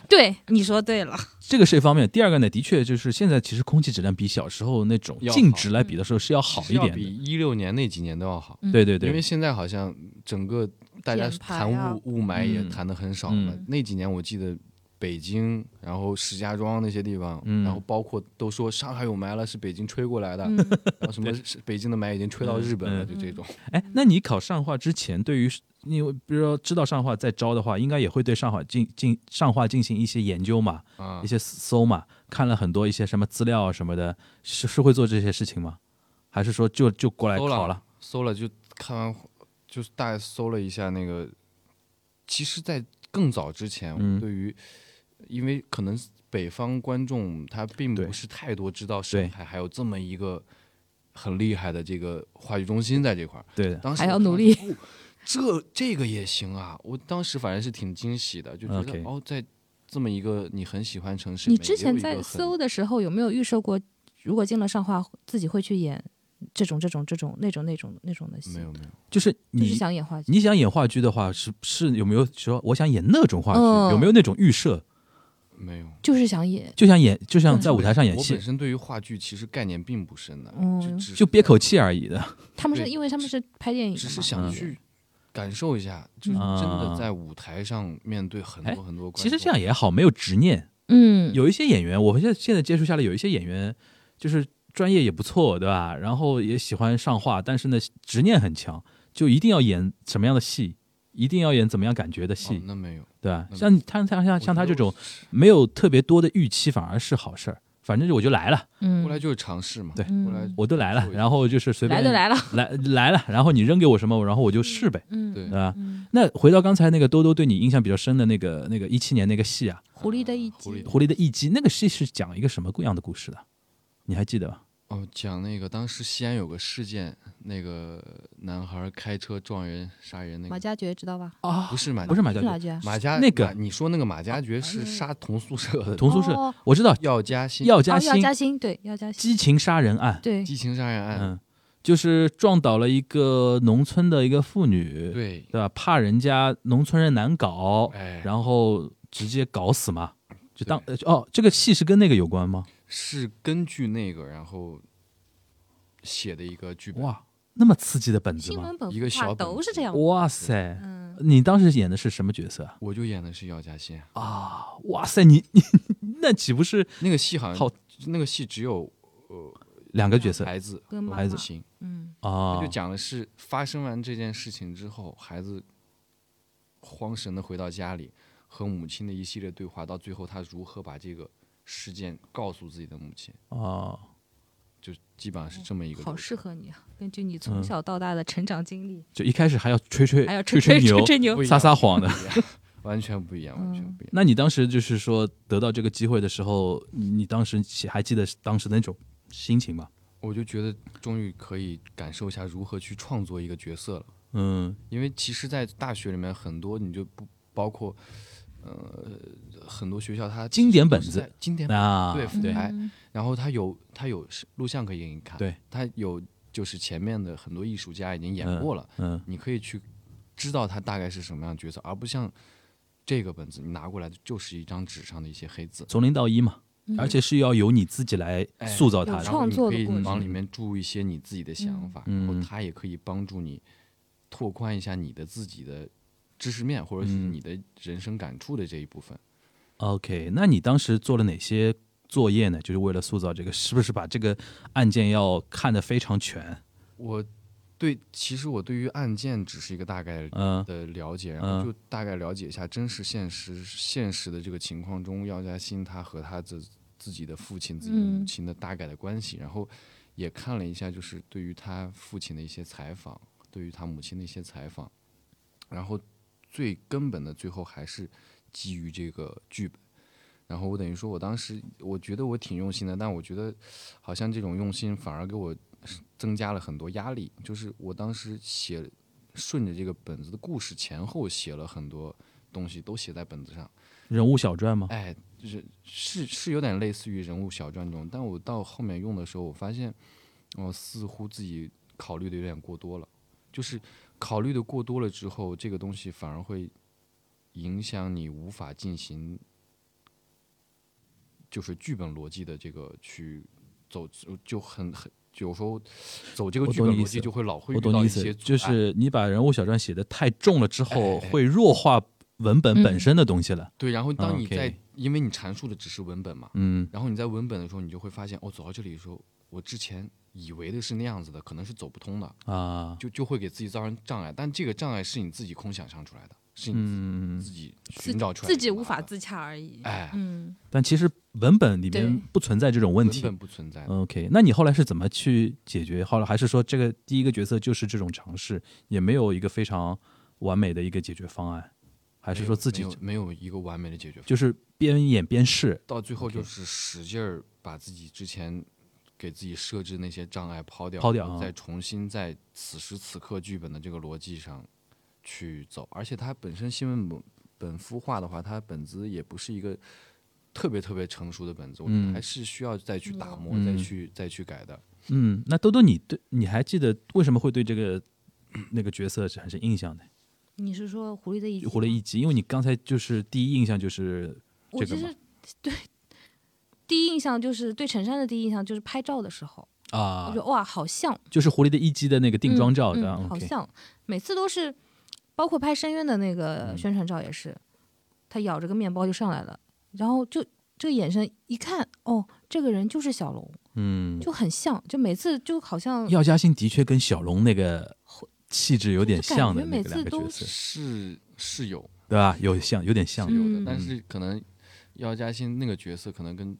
对，你说对了，这个是一方面。第二个呢，的确就是现在其实空气质量比小时候那种要好静止来比的时候是要好是一要点比嗯的。一六年那几年都要好。对对因为对，现在好像整个大家减排谈啊雾雾霾也嗯谈的很少嗯了。那几年我记得北京，然后石家庄那些地方，嗯然后包括都说上海有霾了，是北京吹过来的，嗯，然后什么是北京的霾已经吹到日本了，嗯就这种。哎，那你考上化之前，对于因为比如说知道上化在招的话，应该也会对上海进进上化进行一些研究嘛？啊一，些搜嘛，看了很多一些什么资料啊什么的，是是会做这些事情吗？还是说就就过来搜考了？搜了就看完，就是大概搜了一下那个。其实，在更早之前，嗯我对于，因为可能北方观众他并对不是太多知道上对海还有这么一个很厉害的这个话剧中心在这块儿。对的，当时还我要看努完力之后。这这个也行啊！我当时反正是挺惊喜的，就觉得 OK 哦，在这么一个你很喜欢城市里你面，之也有前一在个很搜的时候有没有预设过，如果进了上画，自己会去演这种这种这种那种那种那种的戏？没有没有就是就是你想演话剧。你想演话剧的话，是是有没有说我想演那种话剧，嗯有没有那种预设，没有，就是想演，就像演就像在舞台上演我戏本，身对于话剧其实概念并不深的，嗯就只是就憋口气而已的。他们是对因为他们是拍电影的只是嘛想嗯去感受一下，就是嗯真的在舞台上面对很哎多很多观众。哦其实这样也好，没有执念。嗯，有一些演员，我现在现在接触下来，有一些演员就是专业也不错，对吧？然后也喜欢上话，但是呢，执念很强，就一定要演什么样的戏，一定要演怎么样感觉的戏。哦那没有，对吧？嗯像他像像我像他觉这得我种没有特别多的预期，反而是好事儿。反正就我就来了，嗯后来就是尝试嘛。对后来嗯我都来了，然后就是随便来都来了，来来了，然后你扔给我什么，然后我就试呗，嗯，对对啊吧？嗯，那回到刚才那个兜兜对你印象比较深的那个那个一七年那个戏啊，狐狸的一狐狸击的，狐狸的艺伎，那个戏是讲一个什么样的故事的？你还记得吧？哦，讲那个当时西安有个事件，那个男孩开车撞人杀人那马个，加爵知道吧？啊不是马不是马家哦是哪爵，句啊？马家那个马你说那个马加爵嗯是杀同宿舍 的同宿舍哦，我知道药家鑫药哦家要鑫加薪，对，要加薪，激情杀人案，对，激情杀人案，嗯，就是撞倒了一个农村的一个妇女，对，对吧？怕人家农村人难搞，哎，哦然后直接搞死嘛。就当呃哦，这个戏是跟那个有关吗？是根据那个然后写的一个剧本，哇，那么刺激的本子新吗？闻本一个画小本都子哦是这样，哇塞！嗯，你当时演的是什么角色啊？我就演的是药家鑫。啊，哇塞，你你那岂不是那个戏好像好那个戏只有两个角色孩子跟妈孩子妈行，嗯，啊他就？讲的是发生完这件事情之后，孩子慌神的回到家里，和母亲的一系列对话，到最后他如何把这个事件告诉自己的母亲，啊，就基本上是这么一个好流适程。合你啊！根据你嗯从小到大的成长经历，就一开始还要吹吹还有吹吹牛吹吹牛不，一样撒撒谎的。不一样 完全不一样，完全不一样。那你当时就是说得到这个机会的时候，你当时还记得当时的那种心情吗？我就觉得终于可以感受一下如何去创作一个角色了。嗯因为其实，在大学里面很多你就不包括，呃，很多学校它经典本都是子在经典本啊，对对对哎嗯然后它有它有是录像可以给你看，对，它有就是前面的很多艺术家已经演过了，嗯你可以去知道他大概是什么样的角色，而不像这个本子你拿过来的就是一张纸上的一些黑字，从零到一嘛，嗯而且是要由你自己来哎塑造它有的。然后你创作可的以过程往里面注一些你自己的想法，嗯然后它也可以帮助你拓宽一下你的自己的知识面，或者是嗯你的人生感触的这一部分。 OK，那你当时做了哪些作业呢？就是为了塑造这个，是不是把这个案件要看得非常全？我对其实我对于案件只是一个大概嗯的了解，然嗯后就大概了解一下真实现实现实的这个情况中，药家鑫他和他的自己的父亲、自己的母嗯亲的大概的关系，然后也看了一下，就是对于他父亲的一些采访，对于他母亲的一些采访，然后最根本的最后还是基于这个剧本。然后我等于说，我当时我觉得我挺用心的，但我觉得好像这种用心反而给我增加了很多压力。就是我当时写顺着这个本子的故事前后写了很多东西，都写在本子上。人物小传吗？哎，就是是是有点类似于人物小传这种，但我到后面用的时候，我发现我似乎自己考虑的有点过多了，就是考虑的过多了之后，这个东西反而会影响你无法进行就是剧本逻辑的这个去走，就很很。就有时候走这个我剧懂本你意逻思辑，就会老会遇我懂你到意一思些，就阻碍是你把人物小传写的太重了之后，哎哎哎嗯会弱化文本本身的东西了。对。然后当你在嗯 OK 因为你阐述的只是文本嘛，嗯然后你在文本的时候，你就会发现，哦，走到这里的时候，我之前以为的是那样子的，可能是走不通的，啊，就就会给自己造成障碍。但这个障碍是你自己空想象出来的，是你自嗯，自己自寻找出来的自己答无法案自洽而已。哎嗯，但其实文本里面对不存在这种问文题。嗯本不存在的。 OK，那你后来是怎么去解决？后来还是说这个第一个角色就是这种尝试，也没有一个非常完美的一个解决方案，还还是说自己没有一个完美的解决方案，就是边演边试？到最后 OK 就是使劲儿把自己之前给自己设置那些障碍抛掉，抛掉然后啊再重新在此时此刻剧本的这个逻辑上去走。而且它本身新闻本本孵化的话，它本子也不是一个特别特别成熟的本子，我觉嗯得还是需要再去打磨、嗯再去再去改的。嗯，那兜兜你对你还记得为什么会对这个那个角色产生印象呢？你是说狐狸的一集活了吗一集，因为你刚才就是第一印象就是我这其个吗实对第一印象就是对陈山的第一印象就是拍照的时候，我啊觉，得哇，好像就是狐狸的一击的那个定妆照哎嗯的、嗯好 OK 像每次都是，包括拍深渊的那嗯个宣传照也是，他咬着个面包就上来了，然后就这个眼神一看，哦，这个人就是小龙，嗯，就很像，就每次就好像药家鑫的确跟小龙那个气质有点像的就感觉那每个次两个角都色，是是有对吧？有像，有点像是。有的，嗯但是可能药家鑫那个角色可能跟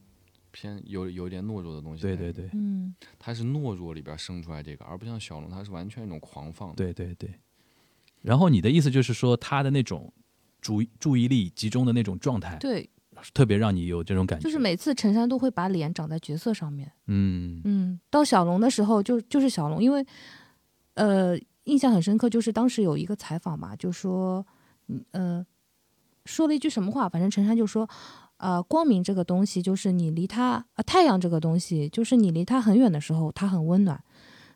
偏有有一点懦弱的东西在对里面，对对嗯，他是懦弱里边生出来这个，而不像小龙，他是完全一种狂放的。对对对。然后你的意思就是说，他的那种注意注意力集中的那种状态，对，特别让你有这种感觉。就是每次陈山都会把脸长在角色上面。嗯嗯，到小龙的时候就就是小龙，因为呃印象很深刻，就是当时有一个采访嘛，就说嗯呃说了一句什么话，反正陈山就说。呃，光明这个东西，就是你离它，呃，太阳这个东西，就是你离它很远的时候，它很温暖；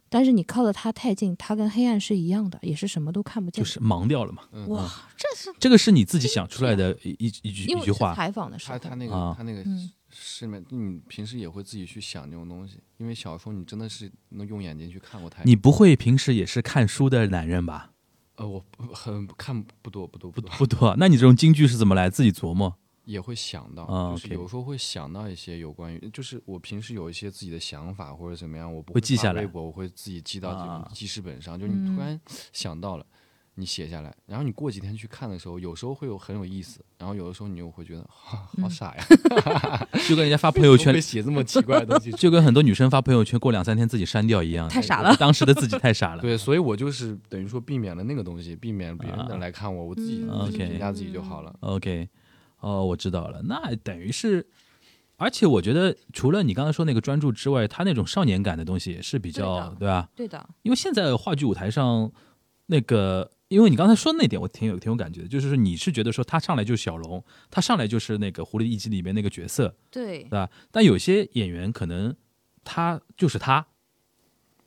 但是你靠得它太近，它跟黑暗是一样的，也是什么都看不见就的。是盲掉了嘛。嗯哇，这是这个是你自己想出来的一一一句因一为句是话。采访的时他候，他那个、啊他那个嗯是面，你平时也会自己去想这种东西，因为小时候你真的是能用眼睛去看过太你不会平时也是看书的男人 吧？呃，我不很看不多不多不不多，不多，那你这种京剧是怎么来？自己琢磨。也会想到，啊就是 OK 有时候会想到一些有关于，就是我平时有一些自己的想法或者怎么样，我不会记发下来微博，我会自己记到这啊种记事本上，就是你突然想到了。你写下来，然后你过几天去看的时候，有时候会有很有意思，然后有的时候你又会觉得，哈，好傻呀，就跟人家发朋友 怎么会圈，写这么奇怪的东西出来就跟很多女生发朋友圈，过两三天自己删掉一样。太傻了 当时的自己太傻了。对，所以我就是等于说避免了那个东西，避免别人的来看我，我自己嗯自己 OK 评价自己就好了。 OK，哦，我知道了。那等于是，而且我觉得除了你刚才说那个专注之外，他那种少年感的东西也是比较，对的对吧？对的，因为现在话剧舞台上，那个，因为你刚才说的那点，我挺有挺有感觉的，就是说你是觉得说他上来就是小龙，他上来就是那个《狐狸一击》里面那个角色，对对吧？但有些演员可能他就是他，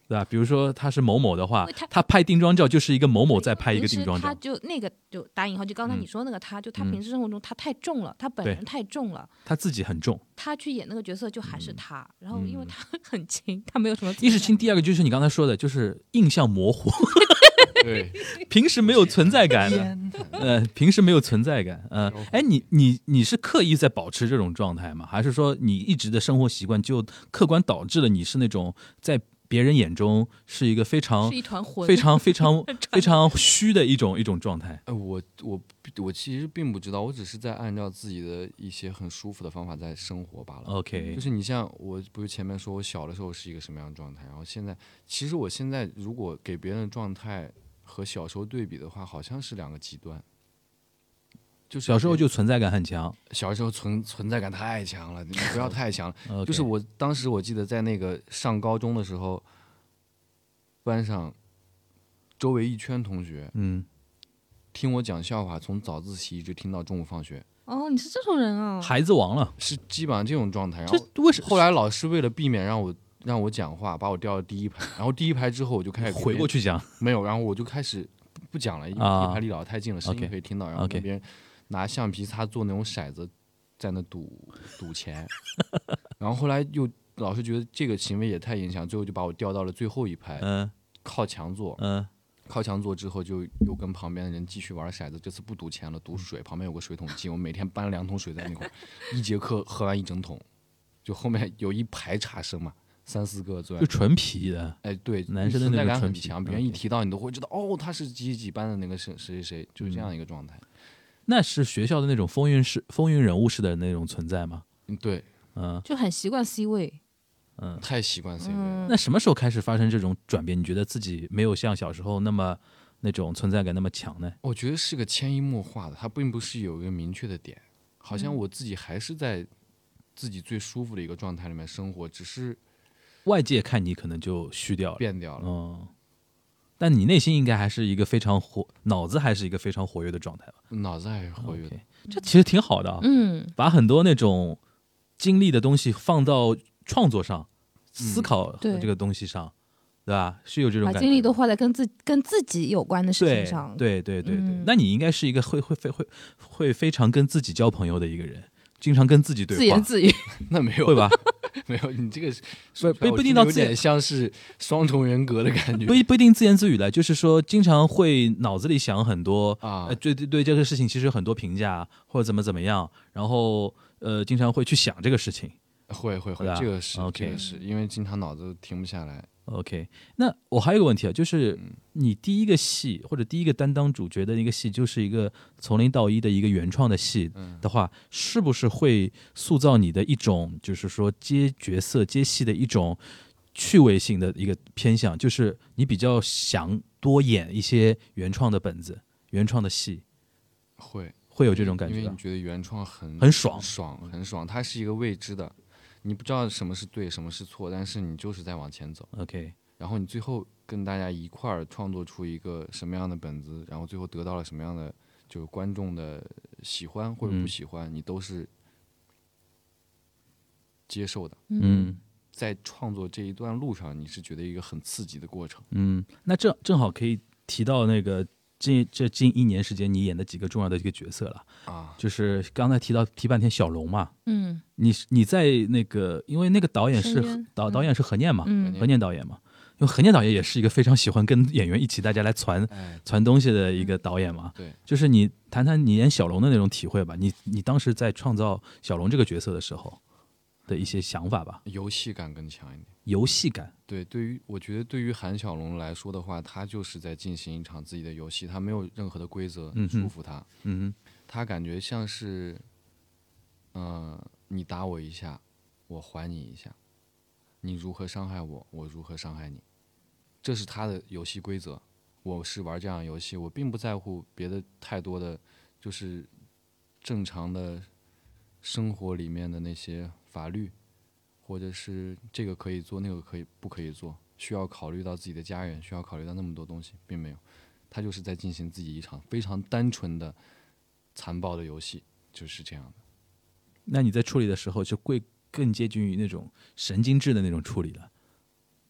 对吧？比如说他是某某的话因为他，他拍定妆照就是一个某某在拍一个平时定妆他照，就那个就打引号，就刚才嗯你说那个他，就他嗯平时生活中他太重了，他本对人太重了，他自己很重。他去演那个角色就还是他。然后因为嗯他很轻，他没有什么存在感。一是轻，第二个就是你刚才说的，就是印象 模糊，对，平时没有存在感的。嗯 天哪呃，平时没有存在感，呃有，哎，你你你是刻意在保持这种状态吗？还是说你一直的生活习惯就客观导致了你是那种在别人眼中是一个非常是一团魂，非常 非常非常虚的一种一种状态？哎，我我我其实并不知道，我只是在按照自己的一些很舒服的方法在生活罢了。 OK，就是你像我，不是前面说我小的时候是一个什么样的状态，然后现在，其实我现在如果给别人的状态和小时候对比的话，好像是两个极端。就是小时候别就存在感很强，小时候存存在感太强了，你不要太强了。 OK 就是我当时我记得在那个上高中的时候，班上周围一圈同学嗯，听我讲笑话，从早自习一直听到中午放学，哦，你是这种人啊？孩子王了，是基本上这种状态。然后这为什后来老师为了避免让我让我讲话，把我调到第一排，然后第一排之后我就开始回过去，去讲没有，然后我就开始不不讲了，因为啊第一排离老师太近了，声 OK，音可以听到，然后 OK 那边拿橡皮擦做那种骰子，在那赌赌 钱，然后后来又老师觉得这个行为也太影响，最后就把我调到了最后一排，嗯靠墙坐，嗯靠墙坐之后就又跟旁边的人继续玩骰子，这次不赌钱了，嗯赌水。旁边有个水桶机，我每天搬两桶水在那块儿，一节课喝完一整桶，就后面有一排茶生嘛，三四个坐在就。纯皮的，哎，对，男生的存那在个感啊很纯皮强，别人一 OK 提到你都会知道，哦，他是几几几班的那个谁谁谁谁，嗯就是这样一个状态。那是学校的那种风云式、风云人物式的那种存在吗？嗯，对，嗯就很习惯 C 位，嗯，太习惯 C 位了。嗯，那什么时候开始发生这种转变？你觉得自己没有像小时候那么那种存在感那么强呢？我觉得是个潜移默化的，它并不是有一个明确的点，好像我自己还是在自己最舒服的一个状态里面生活，只是外界看你可能就虚掉了，变掉了。嗯，但你内心应该还是一个非常活，脑子还是一个非常活跃的状态吧脑子还是活跃的。 ？OK，这其实挺好的啊，嗯，把很多那种经历的东西放到创作上，思考对这个东西上，对吧？是有这种嗯把感精力觉。都花在跟自跟自己有关的事对情上，对对对对，嗯那你应该是一个会会会会会非常跟自己交朋友的一个人，经常跟自己对话，自言自语，那没有会吧？没有，你这个是不不我不一定听到有自己点像是双重人格的感觉不。一不一定自言自语了，就是说经常会脑子里想很多啊呃，对对对，这个事情其实有很多评价或者怎么怎么样，然后呃，经常会去想这个事情。会会会呃对，吧这个是这 OK 个是因为经常脑子停不下来。 OK，那我还有一个问题啊，就是嗯你第一个戏或者第一个担当主角的一个戏，就是一个从零到一的一个原创的戏嗯的话，是不是会塑造你的一种，就是说接角色、接戏的一种趣味性的一个偏向？就是你比较想多演一些原创的本子、原创的戏，会会有这种感因觉为你吧？觉得原创很很爽爽很爽，它是一个未知的，你不知道什么是对，什么是错，但是你就是在往前走， OK，然后你最后跟大家一块儿创作出一个什么样的本子，然后最后得到了什么样的就是观众的喜欢或者嗯不喜欢，你都是接受的。嗯在创作这一段路上，你是觉得一个很刺激的过程。嗯，那正正好可以提到那个这这近一年时间你演的几个重要的一个角色了。啊，就是刚才提到提半天小龙嘛，嗯你你在那个，因为那个导演深是渊导嗯导演是何念嘛，嗯何念导演嘛，因为何念导演也是一个非常喜欢跟演员一起大家来传哎，嗯传东西的一个导演嘛。对，就是你谈谈你演小龙的那种体会吧，你你当时在创造小龙这个角色的时候的一些想法吧，游戏感更强一点。游戏感，对，对于我觉得对于韩小龙来说的话，他就是在进行一场自己的游戏，他没有任何的规则嗯哼束缚他，嗯他感觉像是，嗯、你打我一下，我还你一下，你如何伤害我，我如何伤害你，这是他的游戏规则。我是玩这样的游戏，我并不在乎别的太多的，就是正常的生活里面的那些法律，或者是这个可以做，那个可以不可以做，需要考虑到自己的家人，需要考虑到那么多东西，并没有。他就是在进行自己一场非常单纯的残暴的游戏，就是这样的。哼，那你在处理的时候就会更接近于那种神经质的那种处理了。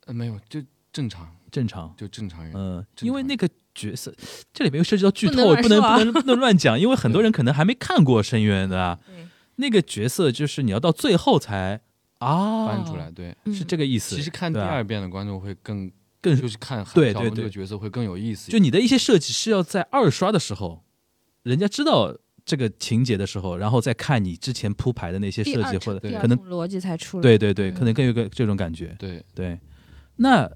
呃，没有，就正常，正常。就正常人。嗯，正因为常那个角色这里面又涉及到剧不透，能我乱不能说啊不能不能乱讲，因为很多人可能还没看过《深渊》的啊对。那个角色就是你要到最后才啊翻出来，，对。是嗯这个意思。其实看第对啊二遍的观众会更，更就是看韩对小对文这对个角色会更有意思。就你的一些设计是要在二刷的时候，人家知道这个情节的时候，然后再看你之前铺排的那些第设二计，或层第者二可能层逻辑才出来。对对对，嗯可能更有个这种感觉。对，对，那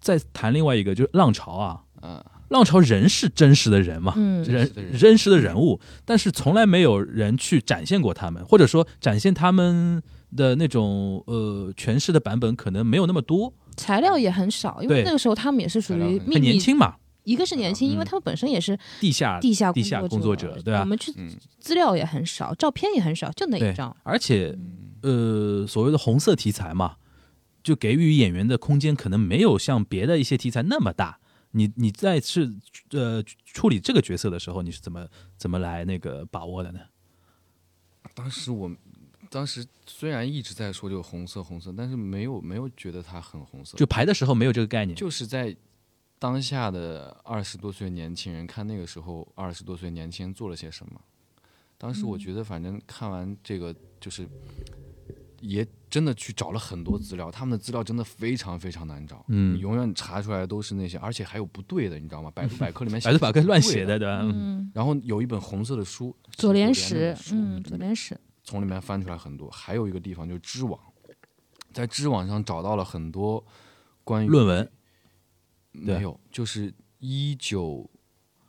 再谈另外一个，就是浪潮啊，嗯，浪潮人是真实的人嘛，嗯真人实的人真实的人物，但是从来没有人去展现过他们，或者说展现他们的那种呃诠释的版本可能没有那么多，材料也很少，因为对那个时候他们也是属材料于很秘很年密，轻嘛，一个是年轻，嗯因为他们本身也是地下地下地下工作者对吧啊我们去嗯资料也很少，照片也很少，就那对一张。而且呃所谓的红色题材嘛，就给予演员的空间可能没有像别的一些题材那么大。你你在是呃处理这个角色的时候，你是怎么怎么来那个把握的呢？当时我，当时虽然一直在说这个红色红色，但是没有没有觉得它很红色，就排的时候没有这个概念，就是在当下的二十多岁年轻人看那个时候二十多岁年轻人做了些什么。当时我嗯觉得，反正看完这个，就是也真的去找了很多资料，他们的资料真的非常非常难找，嗯，永远查出来的都是那些，而且还有不对的，你知道吗？百度百科里面写百度百科乱写的是不对的，对吧？嗯嗯，然后有一本红色的书，是左联那史本，书嗯，左联史，从里面翻出来很多。还有一个地方就是知网，在知网上找到了很多关于论文，没有，就是一九，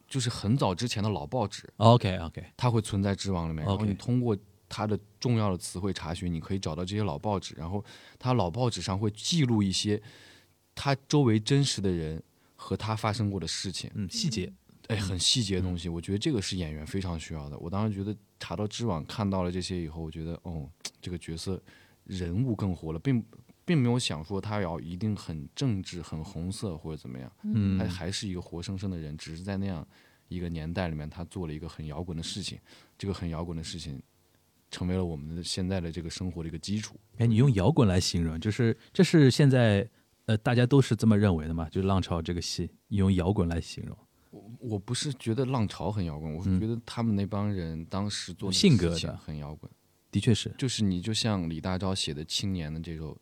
就是很早之前的老报纸， OK OK，它会存在知网里面，然后 OK 你通过它的重要的词汇查询，你可以找到这些老报纸，然后它老报纸上会记录一些它周围真实的人和他发生过的事情。嗯，细节，哎，很细节的东西，我觉得这个是演员非常需要的。我当时觉得查到知网看到了这些以后，我觉得哦，这个角色人物更活了，并并没有想说他要一定很政治、很红色或者怎么样，嗯他，还是一个活生生的人，只是在那样一个年代里面，他做了一个很摇滚的事情，这个很摇滚的事情成为了我们的现在的这个生活的一个基础。哎，你用摇滚来形容，就是这是现在呃大家都是这么认为的嘛？就《浪潮》这个戏，你用摇滚来形容，我不是觉得浪潮很摇滚，我是觉得他们那帮人当时做的嗯性格事情的很摇滚。的确是，就是你就像李大钊写的《青年》的这首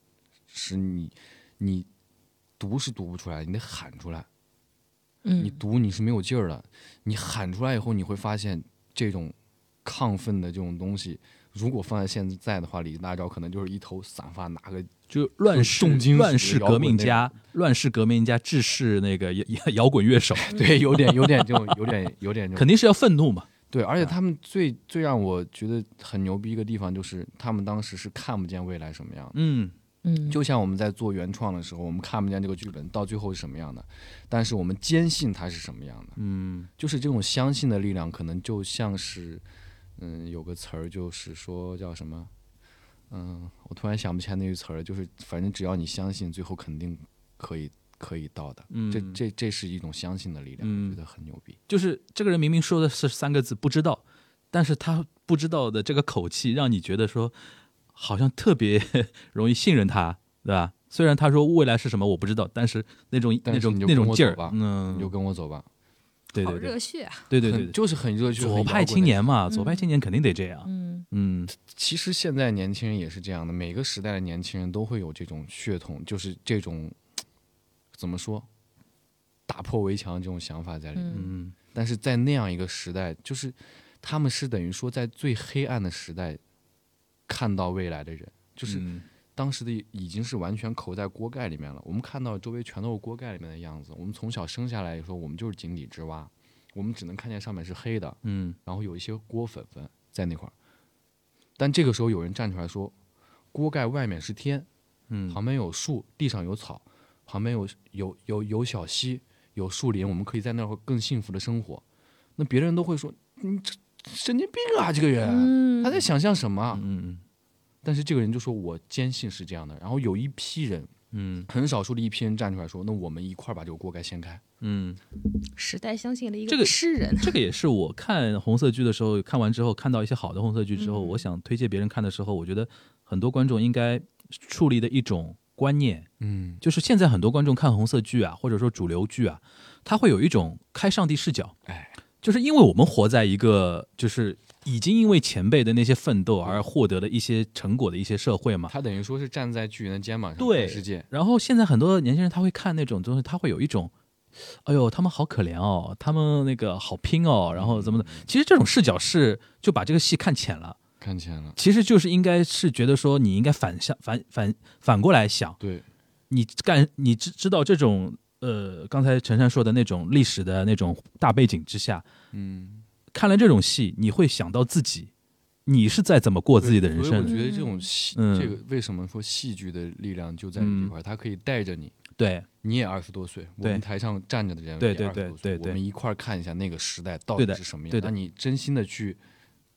诗，你你读是读不出来，你得喊出来。你嗯，读你是没有劲儿的，你喊出来以后，你会发现这种亢奋的这种东西，如果放在现在的话，李大钊可能就是一头散发，拿个就乱世重金属乱世革命摇家，乱世革命家志士那个摇 摇滚 乐手，对，有点有点这种，有点有点这种肯。定是要愤怒嘛。对，而且他们最最让我觉得很牛逼一个地方，就是他们当时是看不见未来什么样的。嗯，嗯，就像我们在做原创的时候，我们看不见这个剧本到最后是什么样的，但是我们坚信它是什么样的。嗯，就是这种相信的力量，可能就像是，嗯，有个词儿就是说叫什么，嗯，我突然想不起来那个词儿了，就是反正只要你相信，最后肯定可以可以到的。嗯，这这这是一种相信的力量，嗯我觉得很牛逼。就是这个人明明说的是三个字不知道，但是他不知道的这个口气，让你觉得说好像特别 容易信任他，对吧？虽然他说未来是什么我不知道，但是那种但那是种你就那跟种我劲走儿吧，嗯你就，跟我走吧，对好对对热血啊，对对对很对，就是很热血，很左摇滚派嗯青的年嘛，左派青年肯定得这样，嗯嗯，其实现在年轻人也是这样的，每个时代的年轻人都会有这种血统，就是这种怎么说，打破围墙这种想法在里面。嗯嗯，但是在那样一个时代，就是他们是等于说在最黑暗的时代看到未来的人，就是嗯当时的已经是完全扣在锅盖里面了。我们看到周围全都是锅盖里面的样子。我们从小生下来的时候，我们就是井底之蛙，我们只能看见上面是黑的，嗯，然后有一些锅粉粉在那块儿。但这个时候有人站出来说，锅盖外面是天，嗯旁边有树，地上有草，旁边有有有有小溪，有树林，我们可以在那儿更幸福的生活。那别人都会说，你这神经病啊，这个人、嗯他在想象什么？啊嗯但是这个人就说，我坚信是这样的。然后有一批人，嗯很少数的一批人站出来说，那我们一块儿把这个锅盖掀开。嗯，时代相信了一这个个诗人，这个也是我看红色剧的时候，看完之后看到一些好的红色剧之后，嗯我想推荐别人看的时候，我觉得很多观众应该树立的一种观念，嗯就是现在很多观众看红色剧啊，或者说主流剧啊，他会有一种开上帝视角，哎，就是因为我们活在一个就是已经因为前辈的那些奋斗而获得的一些成果的一些社会嘛。他等于说是站在巨人的肩膀上对看世界，然后现在很多年轻人他会看那种东西，他会有一种，哎呦，他们好可怜哦，他们那个好拼哦，然后怎么的？其实这种视角是就把这个戏看浅了，看见了，其实就是应该是觉得说你应该反向反反反过来想，对，你干你知知道这种呃，刚才陈珊说的那种历史的那种大背景之下，嗯，看了这种戏，你会想到自己，你是在怎么过自己的人所以我生觉得的？这种戏，嗯这个为什么说戏剧的力量就在于这块儿，它可以带着你。对你也二十多岁，我们台上站着的人对也对20多对岁对对我们一块儿看一下那个时代到对底的是什么对样，的让你真心的去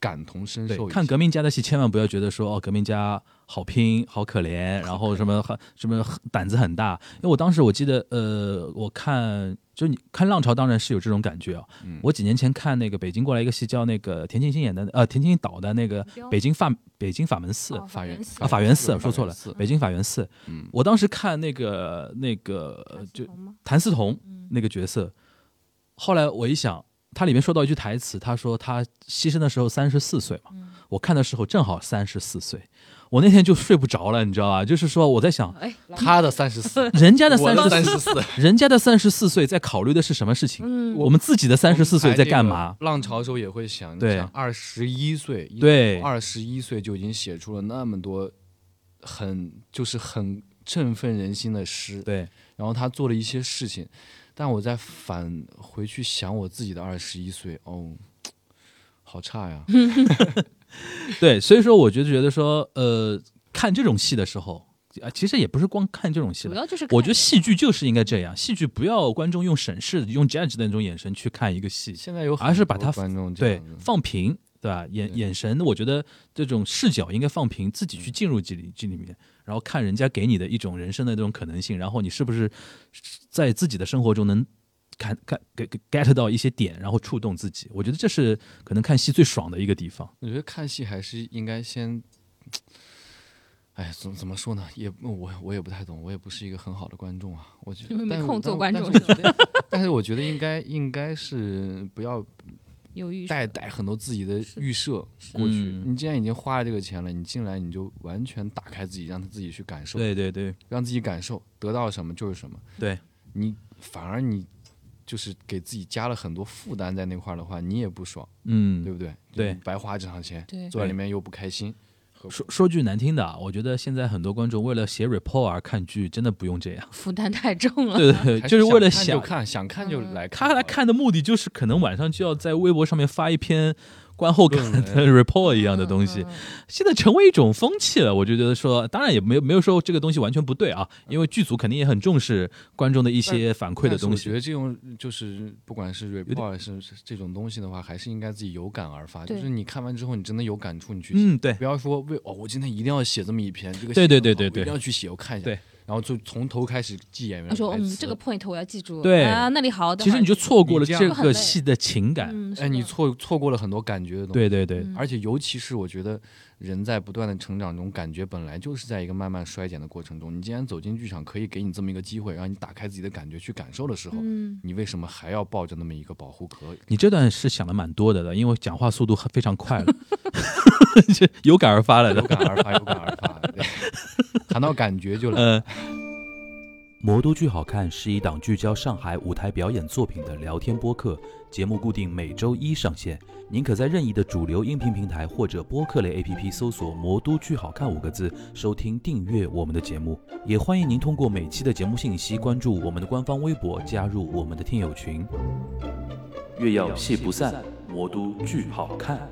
感同身对受，一看下革命家的戏，千万不要觉得说哦，革命家好拼好可怜，然后什 么很什么胆子很大。因为我当时我记得，呃，我看就你看《浪潮》，当然是有这种感觉啊。嗯我几年前看那个北京过来一个戏，叫那个田沁鑫演的，呃，田沁鑫导的那个 目标《北京法北京法门寺》哦法院啊，法源寺法说错了源寺，北京法源寺。嗯我当时看那个那个呃就谭嗣同那个角色，后来我一想，他里面说到一句台词，他说他牺牲的时候三十四岁嘛，我看的时候正好三十四岁，我那天就睡不着了，你知道吧？就是说我在想，，哎，他的三十四 人家的我三的十三十四，人家的三十四岁在考虑的是什么事情，嗯，我们自己的 三十四岁在干我们嘛排？这个浪潮的时候也会想，对二十一岁，对二十一岁就已经写出了那么多很就是很振奋人心的诗，对，然后他做了一些事情，但我再返回去想我自己的二十一岁，哦，好差呀，嗯对，所以说我就觉得说，呃，看这种戏的时候，啊，其实也不是光看这种戏主了，要就是我觉得戏剧就是应该这样，戏剧不要观众用审视、用 judge 的那种眼神去看一个戏，现在有而是把很多它观众这对样，子放平，对吧？眼对嗯眼神，我觉得这种视角应该放平，自己去进入这里这里面，然后看人家给你的一种人生的这种可能性，然后你是不是在自己的生活中能。看看给给 get 到一些点，然后触动自己，我觉得这是可能看戏最爽的一个地方。我觉得看戏还是应该先，哎，怎么怎么说呢？也我我也不太懂，我也不是一个很好的观众啊。我觉因为得没但空我做但观我但是我觉众得但是我觉得应该应该是不要有预带带很多自己的预设过去。嗯你既然已经花了这个钱了，你进来你就完全打开自己，让他自己去感受，对对对让自己感受得到什么就是什么。对，你反而你就是给自己加了很多负担在那块儿的话，你也不爽，嗯，对不对？对白花这场钱，对。坐在里面又不开心。说说句难听的啊，我觉得现在很多观众为了写 report 而看剧，真的不用这样 负担太重了，对对，还对，就是为了想看想就看，想看就嗯来看。他来看的目的就是可能晚上就要在微博上面发一篇观后感论的 report 一样的东嗯西，现在成为一种风气了。我就觉得说，当然也没有没有说这个东西完全不对啊，因为剧组肯定也很重视观众的一些反馈的但是东我觉西。得这种就是不管是 report 是是这种东西的话，还是应该自己有感而发。就对是你看完之后，你真的有感触，你去写。嗯，对不要说为哦，我今天一定要写这么一篇，这个对写得对很对好对我对一定要去写，我看一下，对然后就从头开始记演员我的说台嗯，词这个 point 我要记住，对啊，那里好，等其会实儿你就错过了你这这样个戏的情感。嗯，是哎，你的错错过了很多感觉的东西。对对对，嗯而且尤其是我觉得人在不断的成长中，感觉本来就是在一个慢慢衰减的过程中。你既然走进剧场，可以给你这么一个机会，让你打开自己的感觉去感受的时候，嗯，你为什么还要抱着那么一个保护壳？你这段是想的蛮多的了，因为讲话速度很非常快 了， 就有感而发了的 有。感而发，有感而发。对 谈到感觉就来，呃，《魔都剧好看》是一档聚焦上海舞台表演作品的聊天播客，节目固定每周一上线。您可在任意的主流音频平台或者播客类 APP 搜索“魔都剧好看”五个字，收听订阅我们的节目。也欢迎您通过每期的节目信息关注我们的官方微博，加入我们的听友群。月要戏不散，魔都剧好看。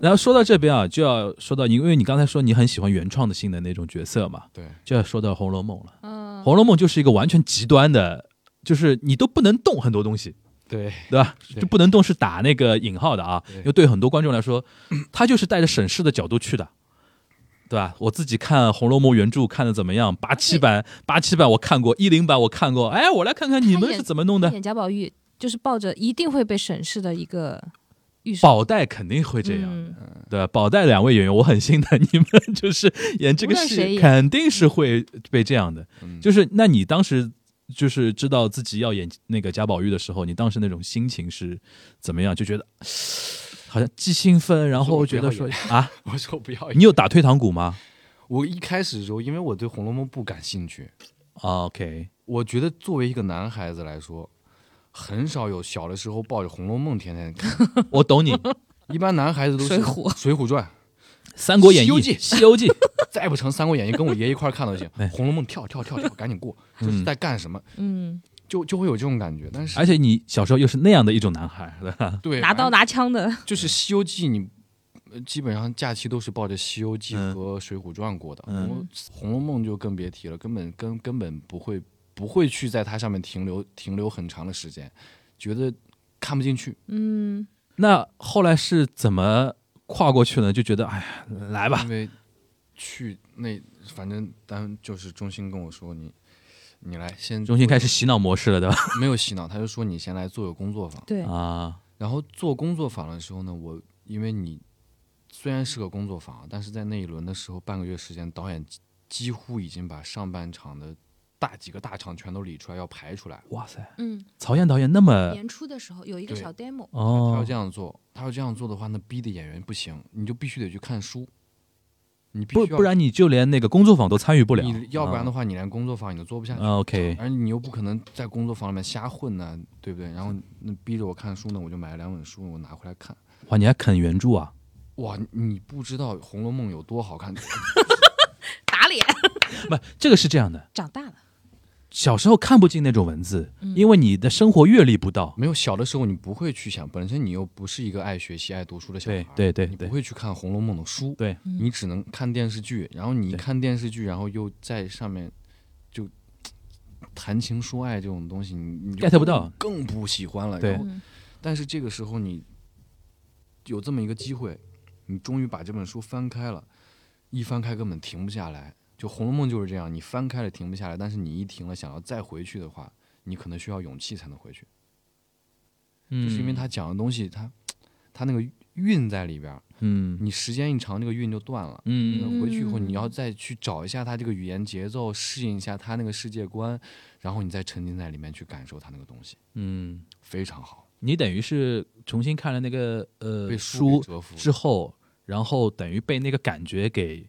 然后说到这边啊，就要说到你，因为你刚才说你很喜欢原创的性的那种角色嘛， 对，就要说到《红楼梦》了。《嗯，红楼梦》就是一个完全极端的，就是你都不能动很多东西，对，对吧？对就不能动是打那个引号的啊，对因为对很多观众来说，他就是带着审视的角度去的。对吧？我自己看《红楼梦》原著看的怎么样？八七版、八七版我看过，一零版我看过。哎，我来看看你们是怎么弄的。演贾宝玉就是抱着一定会被审视的一个遇上宝黛肯定会这样。嗯对，宝黛两位演员，我很心疼你们，就是演这个无论谁戏，演肯定是会被这样的。嗯就是，那你当时就是知道自己要演那个贾宝玉的时候，你当时那种心情是怎么样？就觉得好像既兴奋，然后觉得说我不啊， 我说不要，你有打退堂鼓吗？我一开始的时候，因为我对《红楼梦》不感兴趣，啊，OK， 我觉得作为一个男孩子来说，很少有小的时候抱着《红楼梦》天天看，我懂你，《一般男孩子都是水浒水浒传》，三国演义西游》记《西游记》 再不成《三国演义》，跟我爷一块儿看都行，对《红楼梦》跳跳跳跳，赶紧过，这是在干什么？嗯，就就会有这种感觉。但是而且你小时候又是那样的一种男孩，对吧？对拿刀完拿枪的，就是《西游记》你。呃基本上假期都是抱着《西游记嗯》和《水浒传》过的，嗯红红楼梦》就更别提了，根本根根本不会不会去在它上面停留停留很长的时间，觉得看不进去。嗯，那后来是怎么跨过去呢？就觉得哎呀，来吧因，为去那反正当就是中心跟我说你，你来先中心做开始洗脑模式了，对吧？没有洗脑，他就说你先来做个工作坊。对，啊，然后做工作坊的时候呢，我因为你虽然是个工作坊，但是在那一轮的时候，半个月时间，导演几几乎已经把上半场的大几个大场全都理出来，要排出来。哇塞，嗯，曹燕导演那么年初的时候有一个对小 demo，他要哦这，样做，他要这样做的话，那逼的演员不行，你就必须得去看书。你必须不要不然你就连那个工作坊都参与不了，嗯你要不然的话话，你连工作坊你都做不下去。 ，OK，而你又不可能在工作坊里面瞎混呢、对不对？然后那逼着我看书呢，我就买了两本书，我拿回来看。哇，你还啃原著啊？哇，你不知道《红楼梦》有多好看，打脸，不，这个是这样的，长大了，小时候看不进那种文字，嗯因为你的生活阅历不到。没有小的时候你不会去想，本身你又不是一个爱学习、爱读书的小孩对儿，对对你不对会去看《红楼梦》的书，对，嗯你只能看电视剧。然后你一对看电视剧，然后又在上面就嘖谈情说爱这种东西，你你就 get 不到更不喜欢了。对然后嗯但是这个时候你有这么一个机会，你终于把这本书翻开了，一翻开根本停不下来。就《红楼梦》就是这样，你翻开了停不下来，但是你一停了，想要再回去的话，你可能需要勇气才能回去，嗯就是因为他讲的东西，他他那个韵在里边儿，嗯你时间一长，这个韵就断了。嗯回去以后，嗯你要再去找一下他这个语言节奏，适应一下他那个世界观，然后你再沉浸在里面去感受他那个东西，嗯，非常好，你等于是重新看了那个呃被书给折服了。之后，然后等于被那个感觉给，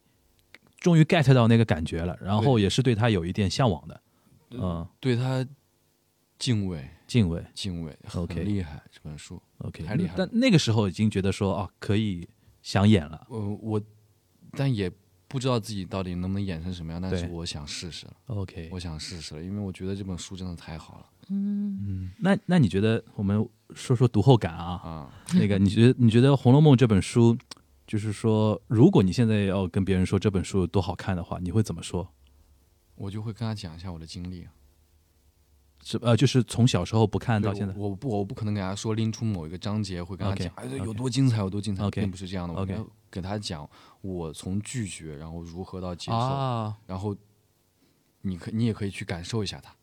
终于 get 到那个感觉了，然后对也是对他有一点向往的，嗯，对他敬畏敬畏。敬畏，很 OK 厉害这本书。 OK，太厉害了但那个时候已经觉得说啊，可以想演了。呃，我但也不知道自己到底能不能演成什么样，但是对我想试试了， OK，我想试试了，因为我觉得这本书真的太好了嗯，嗯，那那你觉得我们说说读后感啊？啊！ 那个，你觉得你觉得《红楼梦》这本书，就是说，如果你现在要跟别人说这本书有多好看的话，你会怎么说？我就会跟他讲一下我的经历。是呃，就是从小时候不看对到现在。我我不我不可能给他说拎出某一个章节会跟他 OK，讲，哎， OK 有多精彩有多精彩 OK，并不是这样的。我 OK 要给他讲我从拒绝，然后如何到接受，啊，然后你可你也可以去感受一下它。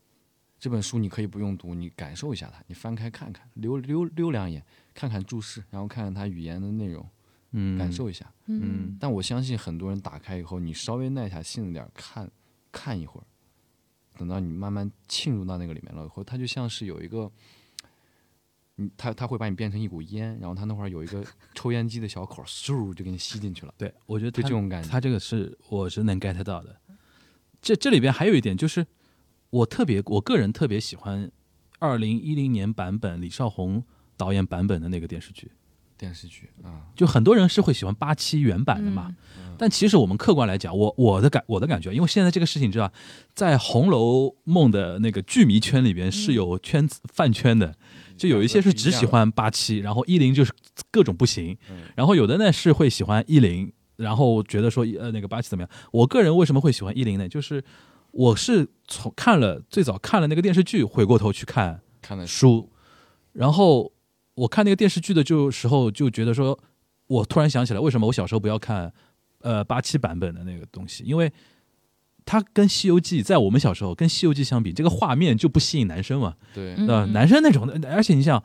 这本书你可以不用读，你感受一下它，你翻开看看，溜溜溜两眼，看看注释，然后看看它语言的内容，嗯，感受一下。嗯嗯，但我相信很多人打开以后，你稍微耐下性子点儿看看一会儿，等到你慢慢浸入到那个里面了以后，它就像是有一个，你它它会把你变成一股烟，然后它那会儿有 一个抽烟机的小口，嗖就给你吸进去了，对，我觉得就他这种感觉。他这个是我是能 get 到的。这这里边还有一点就是，我特别我个人特别喜欢二零一零年版本李少红导演版本的那个电视剧，电视剧啊，就很多人是会喜欢八七原版的嘛。但其实我们客观来讲，我我的感我的感觉，因为现在这个事情你知道，在《红楼梦》的那个剧迷圈里边是有圈子饭圈的，就嗯有一些是只喜欢八七，然后一零就是各种不行嗯，然后有的呢是会喜欢一零，然后觉得说呃那个八七怎么样？我个人为什么会喜欢一零呢？就是我是从看了最早看了那个电视剧，回过头去看看的书，然后我看那个电视剧的就时候就觉得说，我突然想起来，为什么我小时候不要看呃八七版本的那个东西？因为它跟《西游记》在我们小时候跟《西游记》相比，这个画面就不吸引男生嘛，对，嗯呃，男生那种的，而且你想，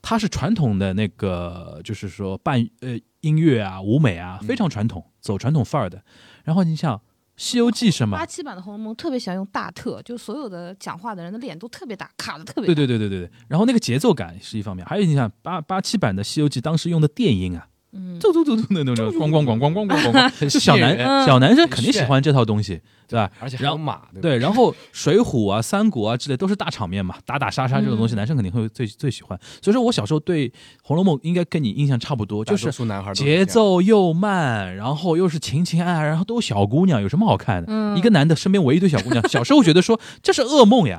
它是传统的那个，就是说伴呃音乐啊、舞美啊，非常传统，走传统范儿的。然后你想《西游记》是八吗？七版的《红楼梦》特别喜欢用大特，就所有的讲话的人的脸都特别大，卡的特对别大。对对对对对。然后那个节奏感是一方面，还有你想八八七版的《西游记》，当时用的电音啊，嗯，嘟嘟嘟嘟那种咣咣咣咣咣 咣咣咣，就小很男嗯小男生肯定喜欢这套东西，对吧？而且还然有后马，对吧对，然后《水浒》啊、《三国》啊之类都是大场面嘛，打打杀杀这种东西，嗯男生肯定会最最喜欢。所以说我小时候对《红楼梦》应该跟你印象差不多，就大多是数男孩都是这节样，奏又慢，然后又是情情爱爱，然后都有小姑娘，有什么好看的？嗯一个男的身边围一堆小姑娘，小时候觉得说这是噩梦呀，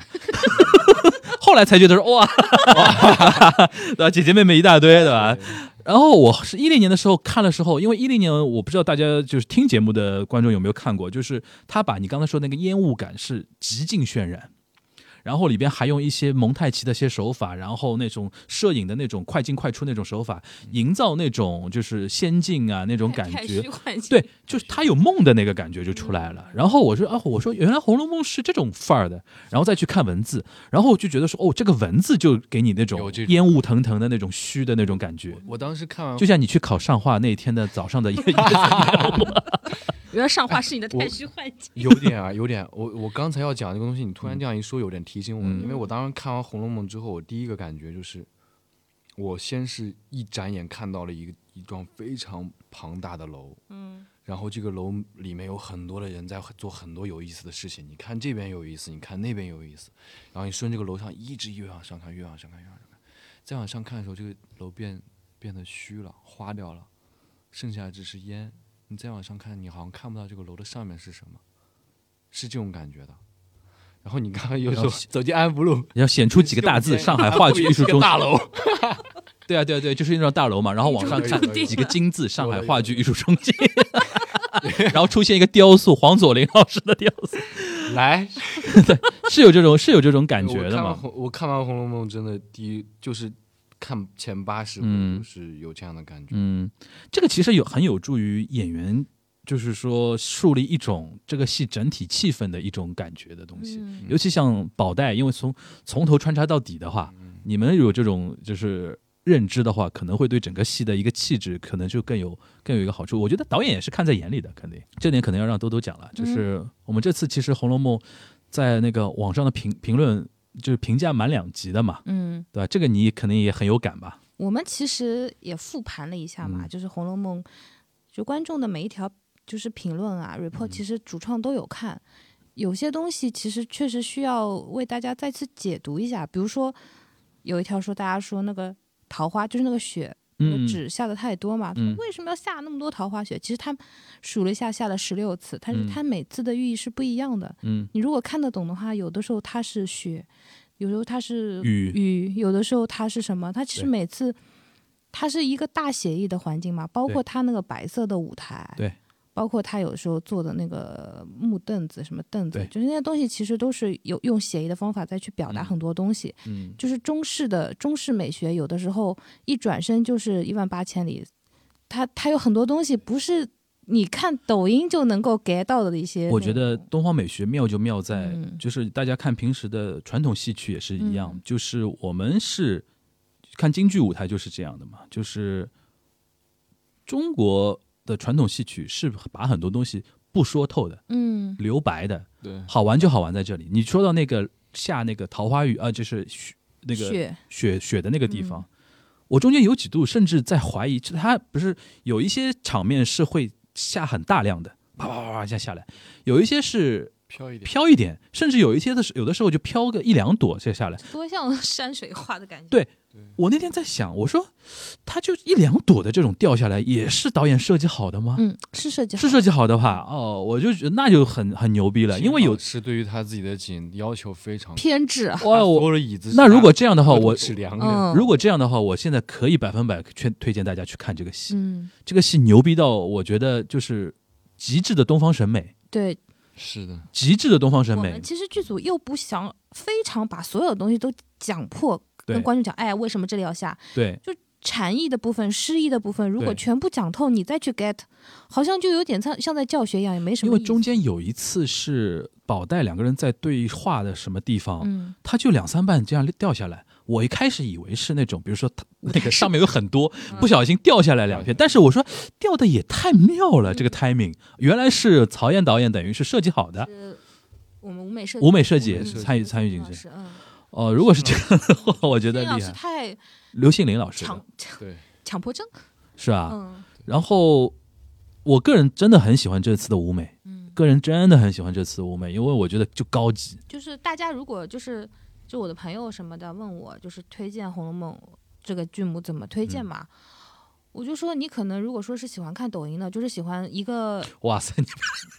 后来才觉得说哇， 对吧？姐姐妹妹一大堆，对吧？然后我是一零年的时候看的时候，因为一零年我不知道大家就是听节目的观众有没有看过，就是他把你刚才说那个烟雾感是极尽渲染。然后里边还用一些蒙太奇的一些手法，然后那种摄影的那种快进快出那种手法，营造那种就是仙境啊那种感 太觉虚，幻性对，就是他有梦的那个感觉就出来了。然后我说啊，我说原来《红楼梦》是这种范儿的，然后再去看文字，然后我就觉得说哦，这个文字就给你那有种这种烟雾腾腾的那种虚的那种感觉，我当时看完就像你去考上画那一天的早上的一个一个原来上话是你的太我虚幻境。有点啊，有点。我我刚才要讲这个东西，你突然这样一说，有点提醒我了。嗯因为我当时看完《红楼梦》之后，我第一个感觉就是，我先是一眨眼看到了一个一幢非常庞大的楼，嗯然后这个楼里面有很多的人在做很多有意思的事情。你看这边有意思，你看那边有意思，然后你顺这个楼上一直越往上看，越往上看，越往上看。再往上看的时候，这个楼变变得虚了，花掉了，剩下的只是烟。你再往上看，你好像看不到这个楼的上面是什么，是这种感觉的。然后你刚刚又然说后走进安福路，要显出几个 大字“上海话剧艺术这个中心大楼，”，对啊对啊对啊，就是那幢大楼嘛，然后往上看有的有的几个金字“上海话剧艺术中心”，然后出现一个雕塑，黄佐临老师的雕塑，来是有这种是有这种 感觉我的看完嘛？红我看完《红楼梦》，真的第一就是看前八十回，嗯就是有这样的感觉。嗯，这个其实有很有助于演员，就是说树立一种这个戏整体气氛的一种感觉的东西。嗯尤其像宝黛，因为从从头穿插到底的话，你们有这种就是认知的话，可能会对整个戏的一个气质，可能就更有更有一个好处。我觉得导演也是看在眼里的，肯定这点可能要让兜兜讲了。就是我们这次其实《红楼梦》在那个网上的评评论就是评价满两极的嘛，嗯，对吧？这个你肯定也很有感吧？我们其实也复盘了一下嘛，嗯就是《红楼梦》，就观众的每一条就是评论啊、report，其实主创都有看。有些东西其实确实需要为大家再次解读一下，比如说有一条说大家说那个桃花就是那个雪，那嗯个，纸下的太多嘛，嗯为什么要下那么多桃花雪？其实他数了一下，下了十六次，但是嗯它每次的寓意是不一样的。嗯你如果看得懂的话，有的时候它是雪，有时候它是雨有的时候它是什么？它其实对每次它是一个大写意的环境嘛，包括它那个白色的舞台，对，包括它有时候做的那个木凳子、什么凳子对，就是那些东西其实都是有用写意的方法再去表达嗯很多东西。嗯就是中式的中式美学，有的时候一转身就是一万八千里，它它有很多东西不是你看抖音就能够 get 到的一些内容。我觉得东方美学妙就妙在，嗯就是大家看平时的传统戏曲也是一样，嗯就是我们是看京剧舞台就是这样的嘛，就是中国的传统戏曲是把很多东西不说透的、嗯，留白的，对，好玩就好玩在这里。你说到那个下那个桃花雨啊、就是雪那个血雪雪的那个地方，我中间有几度甚至在怀疑，就它不是有一些场面是会下很大量的，啪啪啪啪一下下来，有一些是飘一点。飘一点，甚至有一些的时有的时候就飘个一两朵就下来。 多像 山水画的感觉。对我那天在想，我说它就一两朵的这种掉下来，也是导演设计好的吗？嗯，是设计好是设计好的吧？哦，我就觉得那就很很牛逼了，因为有是对于他自己的景要求非常高。偏执啊。哇，我我的椅子是大那如果这样的的话，我是凉的，嗯，如果这样的话，我现在可以百分百劝推荐大家去看这个戏。嗯，这个戏牛逼到我觉得就是极致的东方审美，对，是的，极致的东方审我美们。其实剧组又不想非常把所有东西都讲破，对跟观众讲，哎，为什么这里要下？对，禅意的部分、诗意的部分，如果对全部讲透，你再去 get，好像就有点像像在教学一样，也没什因么意为思。中间有一次是宝黛两个人在对话的什么地方，嗯他就两三瓣这样掉下来。我一开始以为是那种，比如说它那个上面有很 多，嗯不小心掉下来两片，但是我说掉的也太妙嗯了，这个 timing 原来是曹燕导演等于是设计好的，是呃我们舞美设舞美设计嗯舞美设计参与参与进去。去。嗯，哦，如果是这样的话，我觉得那老厉师害。太刘信林老师的强对，强迫症，是吧？嗯然后我个人真的很喜欢这次的舞美，嗯，个人真的很喜欢这次的舞美，因为我觉得就高级。就是大家如果就是就我的朋友什么的问我，就是推荐《红楼梦》这个剧目怎么推嗯荐嘛？我就说，你可能如果说是喜欢看抖音的，就是喜欢一个哇 塞，你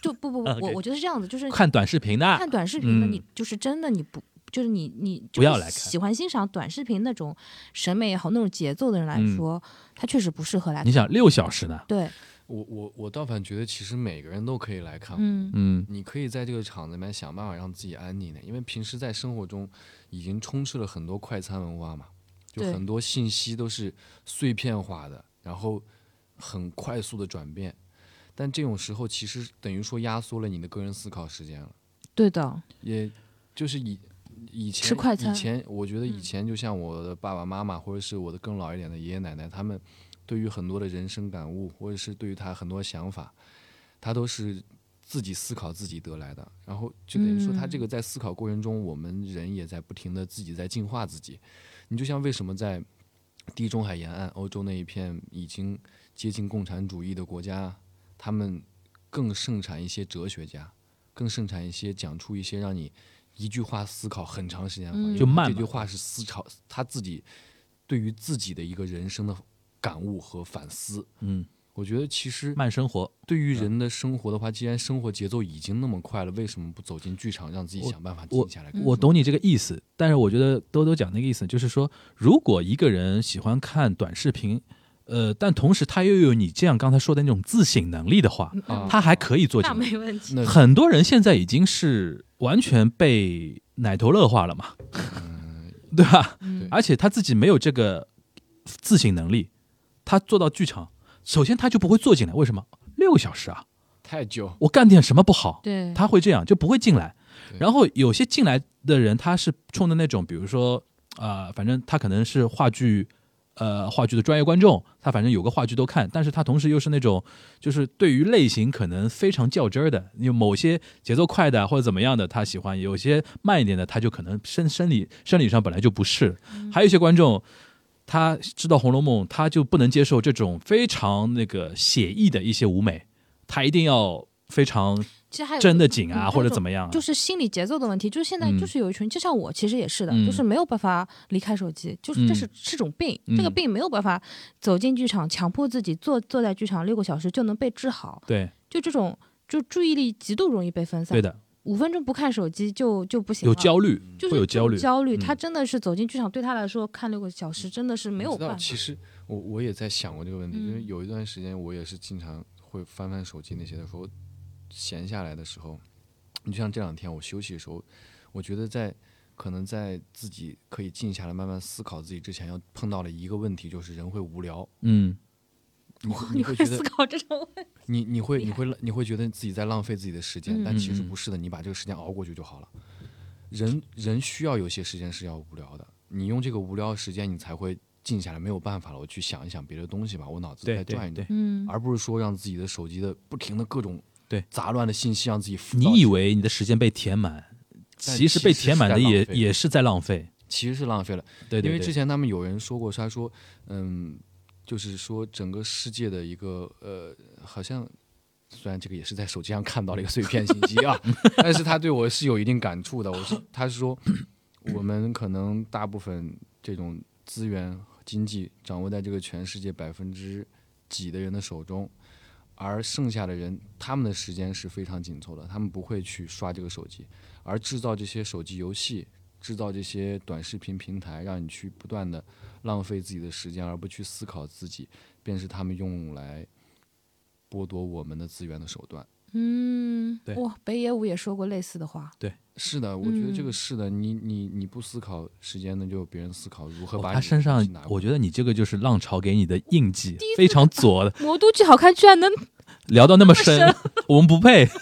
就不 不不，我 OK 我觉得是这样子，就是看短视频的看短视频的，嗯你就是真的你不就是你你不要就是来看喜欢欣赏短视频那种审美也好，那种节奏的人来嗯说，他确实不适合来你看。想六小时呢？对，我我我倒反觉得其实每个人都可以来看，嗯嗯，你可以在这个场子里面想办法让自己安宁的，因为平时在生活中已经充斥了很多快餐文化嘛，就对很多信息都是碎片化的，然后很快速的转变。但这种时候其实等于说压缩了你的个人思考时间了，对的，也就是以以前吃快餐以前我觉得以嗯前就像我的爸爸妈妈、或者是我的更老一点的爷爷奶奶，他们对于很多的人生感悟，或者是对于他很多想法，他都是自己思考自己得来的。然后就等于说，他这嗯个在思考过程中，我们人也在不停的自己在进化自己。你就像为什么在地中海沿岸欧洲那一片已经接近共产主义的国家，他们更盛产一些哲学家，更盛产一些讲出一些让你一句话思考很长时间的话，嗯因为就慢这嘛句话是思考他自己对于自己的一个人生的感悟和反思。嗯，我觉得其实慢生活，对于人的生活的话，既然生活节奏已经那么快了，为什么不走进剧场，让自己我想办法静下嗯来看？我懂你这个意思，但是我觉得兜兜讲那个意思就是说，如果一个人喜欢看短视频，呃，但同时他又有你这样刚才说的那种自省能力的话，啊他还可以做进嗯那来。没问题。那很多人现在已经是完全被奶头乐化了嘛， 对吧？嗯而且他自己没有这个自省能力，他做到剧场，首先他就不会坐进来。为什么？六个小时啊，太久，我干点什么不好？对，他会这样，就不会进来对。然后有些进来的人，他是冲着那种，比如说，呃，反正他可能是话剧，呃，话剧的专业观众，他反正有个话剧都看，但是他同时又是那种，就是对于类型可能非常较真儿的，有某些节奏快的或者怎么样的，他喜欢；有些慢一点的，他就可能身生理生理上本来就不是。还有一些观众。他知道《红楼梦》，他就不能接受这种非常那个写意的一些舞美，他一定要非常其实还有真的个紧啊，嗯或者怎么样啊，就是心理节奏的问题，就是现在嗯就是有一群，就像我其实也是的，嗯就是没有办法离开手机，就是嗯这是是种病，嗯这个病没有办法走进剧场，强迫自己坐坐在剧场六个小时就能被治好，对就这种就注意力极度容易被分散对，的，五分钟不看手机就就不行有了，焦虑，啊就是会有这焦种虑焦虑，嗯他真的是走进剧场对他来说看六个小时真的是没有你知道办法，其实我我也在想过这个问题，因为嗯有一段时间我也是经常会翻翻手机那些的时候，闲下来的时候，你就像这两天我休息的时候，我觉得在可能在自己可以静下来慢慢思考自己之前，要碰到了一个问题，就是人会无聊，嗯，你 你会会觉思得考这种问题，你你会厉你害会你会觉得自己在浪费自己的时间，但其实嗯嗯不是的，你把这个时间熬过去就好了。人人需要有些时间是要无聊的，你用这个无聊的时间，你才会静下来，没有办法了，我去想一想别的东西吧，我脑子对再对转一转对，，嗯，而不是说让自己的手机的不停的各种对杂乱的信息让自己浮躁你以起来为你的时间被填满，但其实被其实填是满在的浪也费也是在浪费，其实是浪费了，对对因为之对，前他们有人说过，他说，嗯，就是说整个世界的一个呃，好像虽然这个也是在手机上看到了一个碎片信息 啊，但是他对我是有一定感触的。我是他是说，我们可能大部分这种资源经济掌握在这个全世界百分之几的人的手中。而剩下的人，他们的时间是非常紧凑的，他们不会去刷这个手机，而制造这些手机游戏，制造这些短视频平台，让你去不断的浪费自己的时间，而不去思考自己，便是他们用来剥夺我们的资源的手段。嗯对，哇，北野武也说过类似的话，是的，我觉得这个嗯是的。你你你不思考时间，那就有别人思考如何哦把你他的身上东西拿，过我来觉得你这个就是浪潮给你的印记，非常左的，魔都剧好看居然能聊到那么深，我们不配。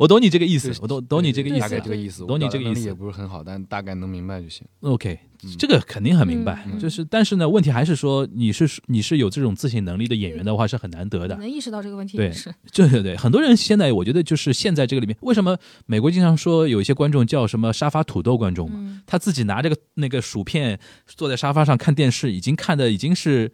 我懂你这个意思对，我懂懂你这个意大思概啊这。个意思，懂你这个我表意思达能力也不是很好，但大概能明白就行。 OK，嗯这个肯定很明白嗯，就是但是呢，问题还是说你是你是有这种自省能力的演员的话是很难得的你。能意识到这个问题对也是，对对对，很多人现在我觉得就是现在这个里面，为什么美国经常说有一些观众叫什么沙发土豆观众嘛？嗯，他自己拿这个那个薯片坐在沙发上看电视，已经看的已经是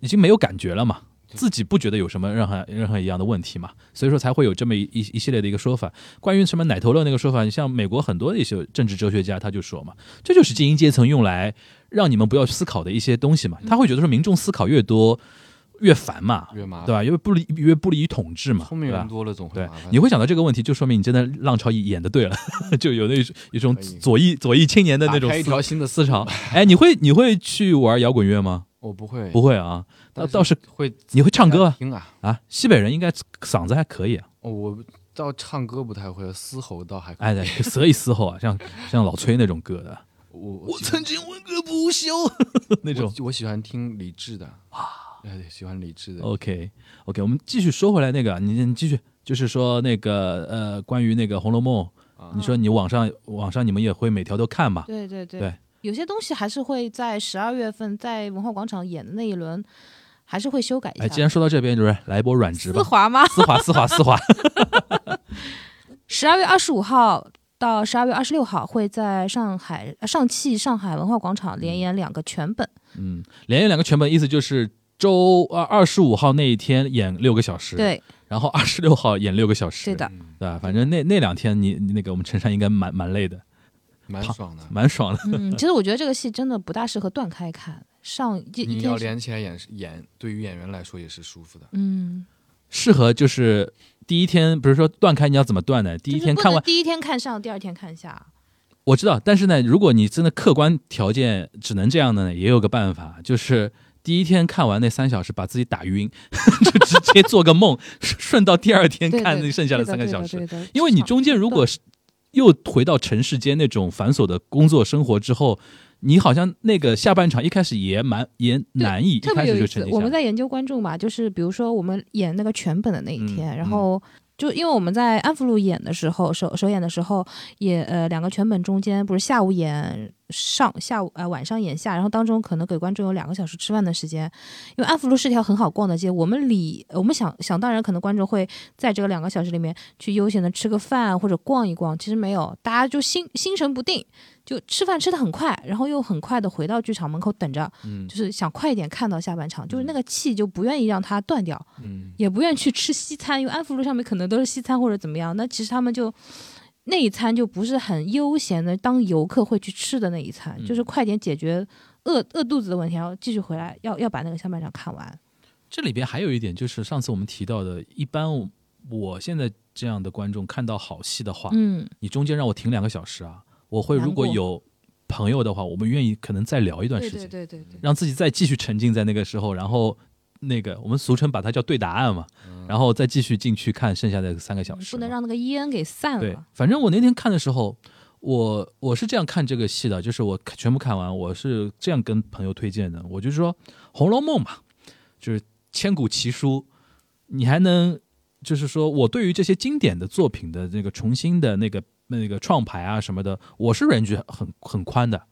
已经没有感觉了嘛，自己不觉得有什么任何任何一样的问题嘛，所以说才会有这么一一一系列的一个说法。关于什么奶头乐那个说法，像美国很多的一些政治哲学家他就说嘛，这就是精英阶层用来让你们不要思考的一些东西嘛，他会觉得说民众思考越多越烦嘛，越麻对烦，吧？因为不利越不利于统治嘛，啊聪明对吧人？多了总会对麻烦，。你会想到这个问题，就说明你真的浪潮演的对了， 就有那一种一种可以左翼左翼青年的那种打开一思条新的思潮。哎，你会你会去玩摇滚乐吗？我不会，不会啊，那但倒是会你会唱歌啊听啊。啊？西北人应该嗓子还可以啊，哦我倒唱歌不太会，嘶吼倒还可以。哎，对，所以嘶吼啊，像像老崔那种歌的， 我我我喜曾经闻歌不休那种。我我喜欢听李志的啊，哎，对喜欢李志的。 OK OK，我们继续说回来那个，啊你你继续，就是说那个呃，关于那个《红楼梦》啊，你说你网上网上你们也会每条都看吧？对对对对有些东西还是会在十二月份在文化广场演的那一轮，还是会修改一下。哎，既然说到这边，就是来一波软直吧丝，滑吗？丝滑丝滑丝滑。 十二月二十五号到十二月二十六号会在上海呃上汽上海文化广场连演两个全本，嗯，连演两个全本，意思就是周二二十五号那一天演六个小时，，对然后二十六号演六个小时，对，的，嗯，对吧？反正那那两天你你那个我们陈山应该蛮蛮累的，蛮爽的。蛮爽的。 嗯，其实我觉得这个戏真的不大适合断开看，上一嗯一你要天是连起来演演，对于演员来说也是舒服的。嗯，适合就是第一天，不是说断开，你要怎么断呢？第一就是天不看能完，第一天看上，第二天看下，我知道，但是呢，如果你真的客观条件只能这样的呢，也有个办法，就是。第一天看完那三小时，把自己打晕，就直接做个梦，顺到第二天对看对那剩下的对的三个对的小时对。的因为你中间如果是又回到尘世间那种繁琐的工作生活之后，你好像那个下半场一开始也蛮也难以一特别开有始意就思沉。浸我下们来。在研究观众嘛，就是比如说我们演那个全本的那一天，嗯然后就因为我们在安福路演的时候，首首演的时候也呃两个全本中间不是下午演上，下午呃晚上演下，然后当中可能给观众有两个小时吃饭的时间，因为安福路是条很好逛的街，我们里我们想想当然可能观众会在这个两个小时里面去悠闲的吃个饭或者逛一逛，其实没有，大家就心心神不定。就吃饭吃的很快，然后又很快的回到剧场门口等着，嗯就是想快一点看到下半场，就是那个气就不愿意让它断掉，嗯，也不愿意去吃西餐，因为安福路上面可能都是西餐或者怎么样。那其实他们就那一餐就不是很悠闲的，当游客会去吃的那一餐，嗯就是快点解决饿饿肚子的问题，然后继续回来，要要把那个下半场看完。这里边还有一点就是上次我们提到的，一般我我现在这样的观众看到好戏的话，嗯，你中间让我停两个小时啊，我会如果难过有朋友的话，我们愿意可能再聊一段时对间，嗯对对对对，让自己再继续沉浸在那个时候，然后。那个，我们俗称把它叫对答案嘛，然后再继续进去看剩下的三个小时嘛。嗯不能让那个烟给散对了。，反正我那天看的时候，我我是这样看这个戏的，就是我看全部看完，我是这样跟朋友推荐的，我就说《红楼梦》嘛，就是千古奇书，你还能就是说我对于这些经典的作品的那个重新的那个那个创牌啊什么的，我是 range 很很宽的。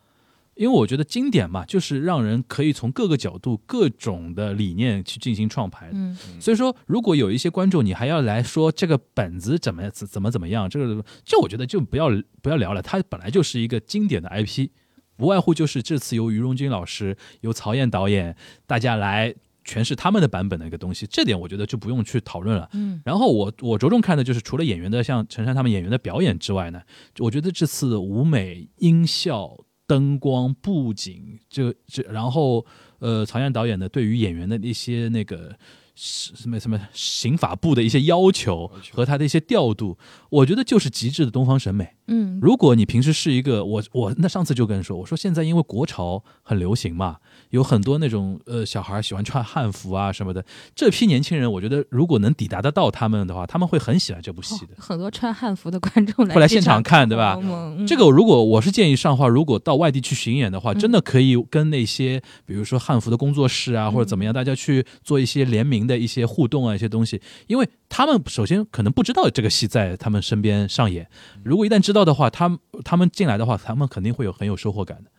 因为我觉得经典嘛，就是让人可以从各个角度、各种的理念去进行创牌的。嗯，所以说，如果有一些观众，你还要来说这个本子怎么怎怎么怎么样，这个这我觉得就不要不要聊了，它本来就是一个经典的 IP，无外乎就是这次由于荣军老师、由曹燕导演大家来诠释他们的版本的一个东西，这点我觉得就不用去讨论了。嗯，然后我我着重看的就是除了演员的像陈山他们演员的表演之外呢，我觉得这次的舞美、音效、灯光、布景，这这然后呃，曹燕导演呢对于演员的一些那个是什么什么刑法部的一些要求要求和他的一些调度，我觉得就是极致的东方审美。嗯，如果你平时是一个我我那上次就跟你说，我说现在因为国潮很流行嘛，有很多那种呃小孩喜欢穿汉服啊什么的。这批年轻人，我觉得如果能抵达得到他们的话，他们会很喜欢这部戏的。很多穿汉服的观众来哦会来剧现场看对吧看我们嗯这个如果我是建议上话，如果到外地去巡演的话，嗯真的可以跟那些比如说汉服的工作室啊，嗯或者怎么样，大家去做一些联名情的一些互动啊，一些东西，因为他们首先可能不知道这个戏在他们身边上演，嗯如果一旦知道的话，他们他们进来的话，他们肯定会有很有收获感的。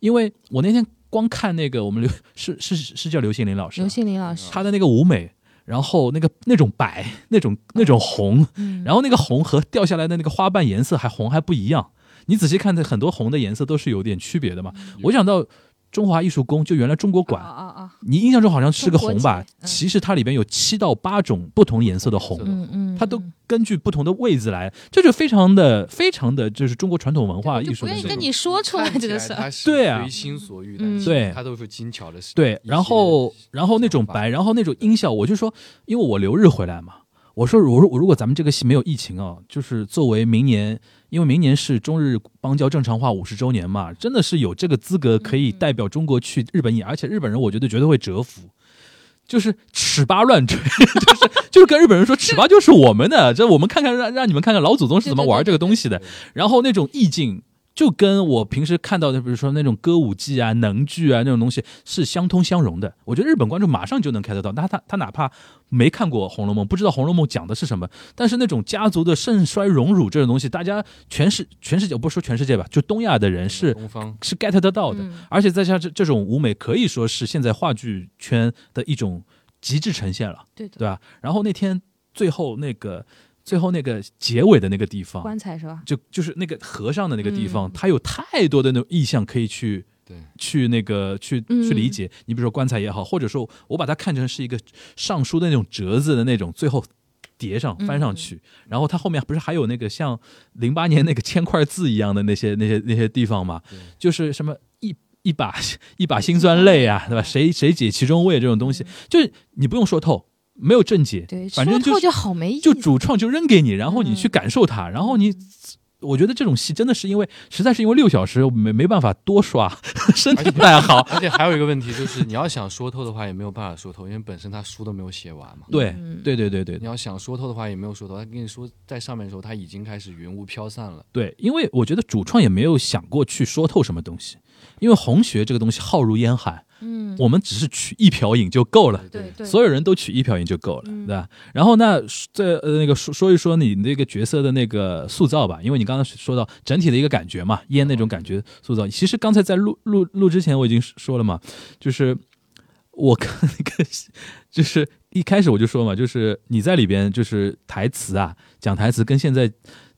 因为我那天光看那个我们刘 是是是叫刘信林老师啊、刘信林老师，他的那个舞美，然后那个那种白，那种那种红，嗯，然后那个红和掉下来的那个花瓣颜色还红还不一样。你仔细看，很多红的颜色都是有点区别的嘛。我想到中华艺术宫，就原来中国嗯啊馆，啊啊，你印象中好像是个红吧中？国结嗯其实它里边有七到八种不同颜色的是红，的嗯嗯，它都嗯根据不同的位置来，这就非常的非常的就是中国传统文化就艺术不的愿意那跟种。你说出来看这起个来事儿，他是对啊随心所欲，嗯但是对他都是精巧的事。对，然后然后那种白，然后那种音效，我就说，因为我留日回来嘛，我说我如我如果咱们这个戏没有疫情啊，就是作为明年，因为明年是中日邦交正常化五十周年嘛，真的是有这个资格可以嗯代表中国去日本演，而且日本人我觉得绝对会折服。就是尺八乱吹， 就是就是跟日本人说尺八就是我们的，这我们看看让让你们看看老祖宗是怎么玩这个东西的对对对，然后那种意境。就跟我平时看到的，比如说那种歌舞伎啊、能剧啊那种东西是相通相融的。我觉得日本观众马上就能 get 到，那他他哪怕没看过《红楼梦》，不知道《红楼梦》讲的是什么，但是那种家族的盛衰荣辱这种东西，大家全世全世界，我不是说全世界吧，就东亚的人是东方是 get 得到的。嗯而且再像这这种舞美，可以说是现在话剧圈的一种极致呈现了，对的，对吧？然后那天最后那个最后那个结尾的那个地方，棺材是吧？就就是那个和尚的那个地方，嗯它有太多的那种意象可以去。对去那个去去理解，你比如说棺材也好，或者说我把它看成是一个尚书的那种折子的那种，最后叠上翻上去，然后它后面不是还有那个像零八年那个 千块字一样的那些那些那些地方嘛对，就是什么一一把 一把辛酸泪啊，对吧？谁谁解其中味这种东西，就是你不用说透，没有正解，对，反正说就透是就好没意思，就主创就扔给你，然后你去嗯感受它，然后你。我觉得这种戏真的是因为，实在是因为六小时没没办法多刷， 身体不太好。而且还有一个问题就是，你要想说透的话，也没有办法说透，因为本身他书都没有写完嘛。对嗯对对对对你要想说透的话，也没有说透。他跟你说在上面的时候，他已经开始云雾飘散了。对，因为我觉得主创也没有想过去说透什么东西，因为红学这个东西浩如烟海，嗯，我们只是取一瓢饮就够了。对对，嗯所有人都取一瓢饮就够了，对吧？然后那这呃那个说说一说你那个角色的那个塑造吧，因为你刚刚说到整体的一个感觉嘛，烟那种感觉塑造。其实刚才在录录录之前我已经说了嘛，就是我看那个就是一开始我就说嘛，就是你在里边就是台词啊讲台词跟现在。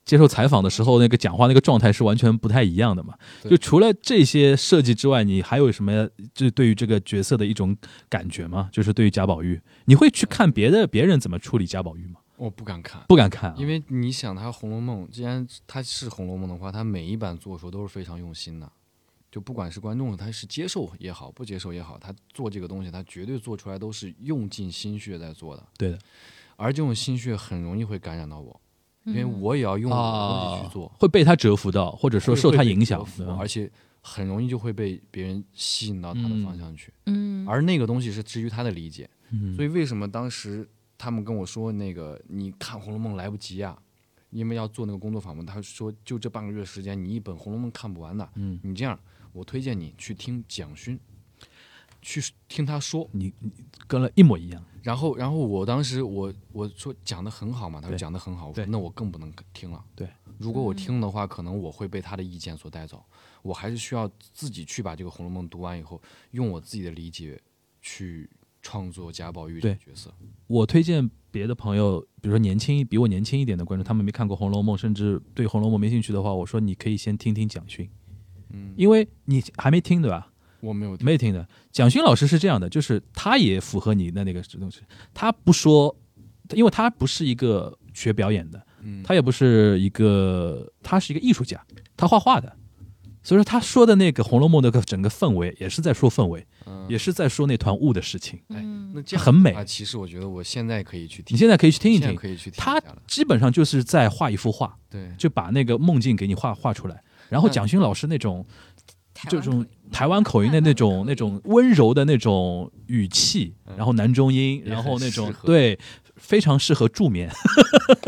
接受采访的时候，那个讲话那个状态是完全不太一样的嘛。对就除了这些设计之外，你还有什么就是对于这个角色的一种感觉吗？就是对于贾宝玉，你会去看别的别人怎么处理贾宝玉吗？我不敢看，不敢看、啊，因为你想，他《红楼梦》，既然他是《红楼梦》的话，他每一版做的时候都是非常用心的。就不管是观众他是接受也好，不接受也好，他做这个东西，他绝对做出来都是用尽心血在做的。对的，而这种心血很容易会感染到我，因为嗯我也要用我的东啊西去做。会被他折服到，或者说会受他会被影折响，服对吧而且很容易就会被别人吸引到他的方向去。嗯，而那个东西是基于他的理解，嗯所以为什么当时他们跟我说那个你看《红楼梦》来不及呀、因为要做那个工作坊嘛，他说就这半个月时间，你一本《红楼梦》看不完的。嗯你这样，我推荐你去听蒋勋，去听他说。你你跟了一模一样，然后，然后我当时我我说讲的很好嘛，他说对讲的很好，我说对那我更不能听了。对，如果我听的话，可能我会被他的意见所带走，我还是需要自己去把这个《红楼梦》读完以后，用我自己的理解去创作贾宝玉这个对角色。我推荐别的朋友，比如说年轻比我年轻一点的观众，他们没看过《红楼梦》，甚至对《红楼梦》没兴趣的话，我说你可以先听听蒋勋，嗯，因为你还没听对吧？我没有听，没听的。蒋勋老师是这样的，就是他也符合你的那个东西，他不说，因为他不是一个学表演的，嗯他也不是一个，他是一个艺术家，他画画的。所以说他说的那个《红楼梦》的整个氛围，也是在说氛围，嗯也是在说那团雾的事情。哎嗯那这样很美啊。其实我觉得我现在可以去你听，现在可以去听一现在听，可以去听他一下了。基本上就是在画一幅画，对，就把那个梦境给你画画出来。然后那蒋勋老师那种台这湾种口音台湾口音的那种那种温柔的那种语气，然后男中音，嗯也然后那种很适合对，非常适合助眠。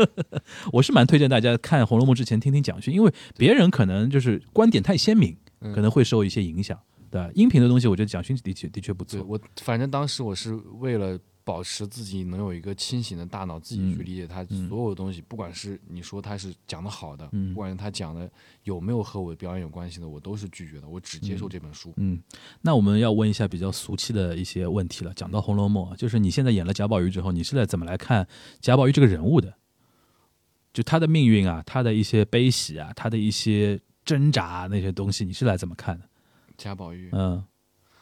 我是蛮推荐大家看《红楼梦》之前听听蒋勋，因为别人可能就是观点太鲜明，嗯可能会受一些影响。对吧，音频的东西我觉得蒋勋的确的确不对错。我反正当时我是为了。保持自己能有一个清醒的大脑，自己去嗯理解他嗯所有的东西，不管是你说他是讲的好的，嗯不管是他讲的有没有和我的表演有关系的，我都是拒绝的，我只接受这本书。嗯，那我们要问一下比较俗气的一些问题了。讲到《红楼梦》啊，就是你现在演了贾宝玉之后，你是在怎么来看贾宝玉这个人物的？就他的命运啊，他的一些悲喜啊，他的一些挣扎啊那些东西，你是来怎么看的？贾宝玉，嗯，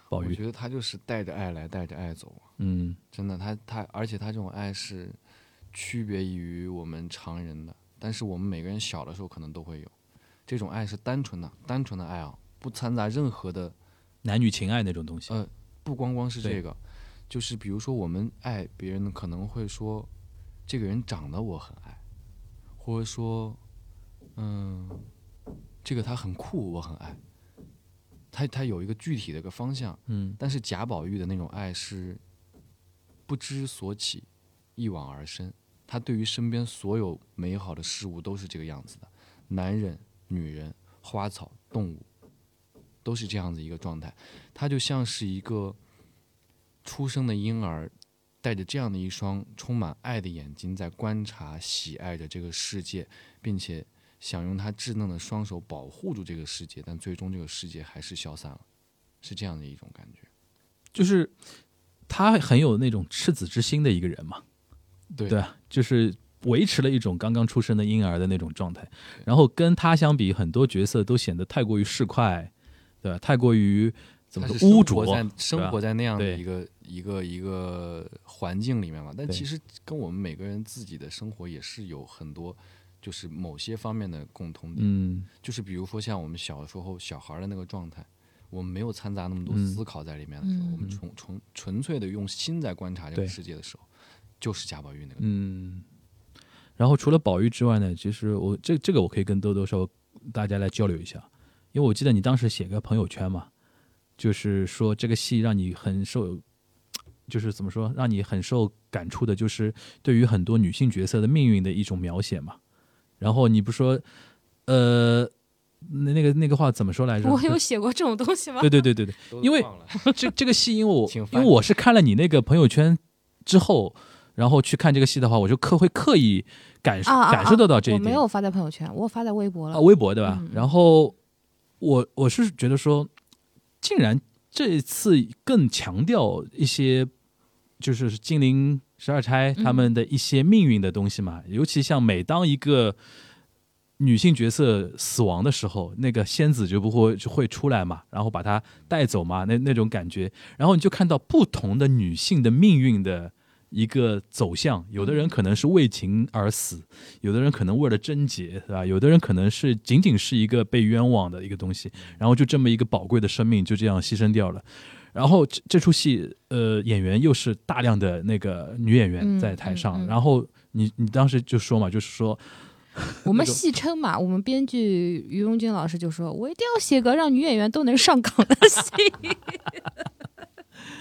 宝我玉，觉得他就是带着爱来，带着爱走，啊嗯真的，他他，而且他这种爱是区别于我们常人的，但是我们每个人小的时候可能都会有，这种爱是单纯的，单纯的爱啊，不掺杂任何的男女情爱那种东西，呃不光光是对这个，就是比如说我们爱别人，可能会说这个人长得我很爱，或者说嗯，这个他很酷，我很爱。他他有一个具体的一个方向，嗯但是贾宝玉的那种爱是不知所起，一往而深。他对于身边所有美好的事物都是这个样子的，男人、女人、花草、动物，都是这样子一个状态。他就像是一个出生的婴儿，带着这样的一双充满爱的眼睛，在观察、喜爱着这个世界，并且想用他稚嫩的双手保护住这个世界，但最终这个世界还是消散了，是这样的一种感觉。就是他很有那种赤子之心的一个人嘛，对对啊，就是维持了一种刚刚出生的婴儿的那种状态。然后跟他相比，很多角色都显得太过于市侩，对吧？太过于怎么他是说污生活浊在？生活在那样的对一个一个一个环境里面嘛。但对其实跟我们每个人自己的生活也是有很多，就是某些方面的共通点。嗯就是比如说像我们小时候小孩儿的那个状态，我们没有掺杂那么多嗯思考在里面的时候，嗯我们纯纯纯粹的用心在观察这对个世界的时候，就是贾宝玉那个。嗯。然后除了宝玉之外呢，其实我这这个我可以跟兜兜稍微大家来交流一下，因为我记得你当时写个朋友圈嘛，就是说这个戏让你很受，就是怎么说，让你很受感触的，就是对于很多女性角色的命运的一种描写嘛。然后你不说，呃，那那个那个话怎么说来着？我有写过这种东西吗对？对对对对，都因为忘了 这这个戏，因为我请因翻为我是看了你那个朋友圈之后，然后去看这个戏的话，我就刻会刻意感受、啊啊啊感受得到这一我点。没有发在朋友圈，我发在微博了。啊，微博对吧？嗯然后我我是觉得说，竟然这次更强调一些就是金陵十二钗嗯他们的一些命运的东西嘛，尤其像每当一个。女性角色死亡的时候，那个仙子就不会就会出来嘛，然后把她带走嘛，那那种感觉，然后你就看到不同的女性的命运的一个走向，有的嗯人可能是为情而死，有的人可能为了贞洁，对吧？有的人可能是仅仅是一个被冤枉的一个东西，嗯然后就这么一个宝贵的生命就这样牺牲掉了。然后这这出戏，呃，演员又是大量的那个女演员嗯在台上，嗯嗯然后你你当时就说嘛，就是说，我们戏称嘛，我们编剧于荣军老师就说：“我一定要写个让女演员都能上岗的戏。”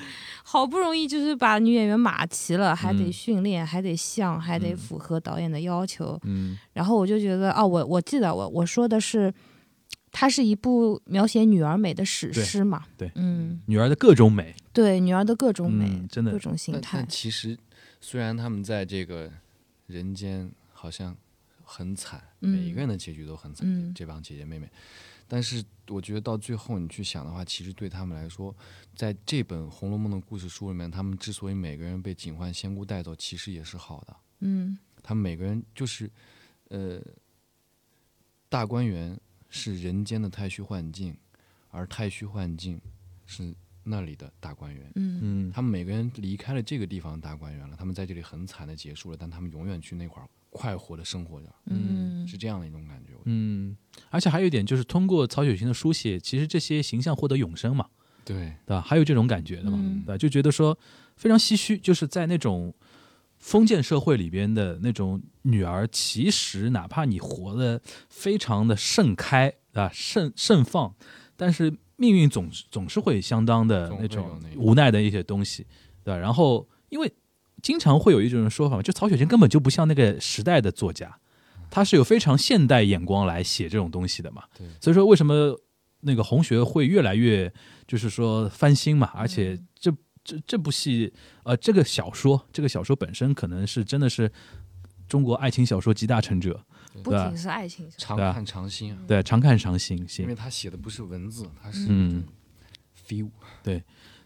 好不容易就是把女演员码齐了，还得嗯训练，还得像，还得嗯符合导演的要求。嗯然后我就觉得，哦，我我记得我我说的是，它是一部描写女儿美的史对诗嘛。对嗯，女儿的各种美，对，女儿的各种美，嗯真的各种形但态但。其实，虽然他们在这个人间好像很惨，每一嗯个人的结局都很惨，嗯这帮姐姐妹妹，但是我觉得到最后你去想的话，其实对他们来说，在这本《红楼梦》的故事书里面，他们之所以每个人被警幻仙姑带走，其实也是好的。嗯他们每个人就是，呃，大观园是人间的太虚幻境，而太虚幻境是那里的大观园。嗯嗯他们每个人离开了这个地方大观园了，他们在这里很惨的结束了，但他们永远去那块儿快活的生活着，嗯是这样的一种感觉。我觉得嗯，而且还有一点就是通过曹雪芹的书写，其实这些形象获得永生嘛，对，对吧？还有这种感觉的嘛，嗯对吧？就觉得说非常唏嘘，就是在那种封建社会里边的那种女儿，其实哪怕你活得非常的盛开，啊，盛盛放，但是命运总是总是会相当的总会那有种那种无奈的一些东西，对吧？然后因为经常会有一种说法嘛，就曹雪芹根本就不像那个时代的作家，他是有非常现代眼光来写这种东西的嘛。对所以说为嗯什么那个红学会越来越就是说翻新嘛，而且这这这部戏，呃，这个小说，这个小说本身可能是真的是中国爱情小说集大成者，不对啊仅是爱情，常对啊看常新嗯啊，对，常看常新，因新为他写的不是文字，他是嗯。 feel。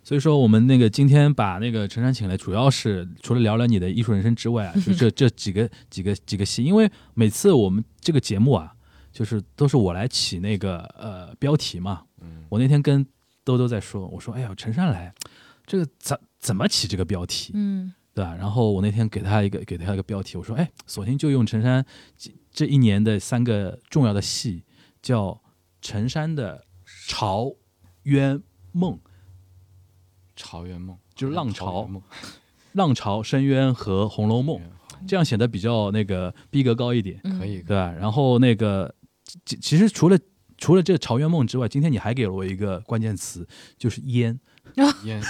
所以说，我们那个今天把那个陈山请来，主要是除了聊聊你的艺术人生之外啊，就这这几个几个几个戏，因为每次我们这个节目啊，就是都是我来起那个呃标题嘛。我那天跟兜兜在说，我说：“哎呀，陈山来，这个怎怎么起这个标题？”嗯对吧？然后我那天给他一个给他一个标题，我说，哎，索性就用陈山这这一年的三个重要的戏，叫《陈山的潮渊梦》，潮源梦啊就是浪潮潮源、梦，浪潮、深渊和《红楼梦》，嗯这样显得比较那个逼格高一点，嗯，可 以，对吧？然后那个其其实除了除了这《潮渊梦》之外，今天你还给了我一个关键词，就是烟，烟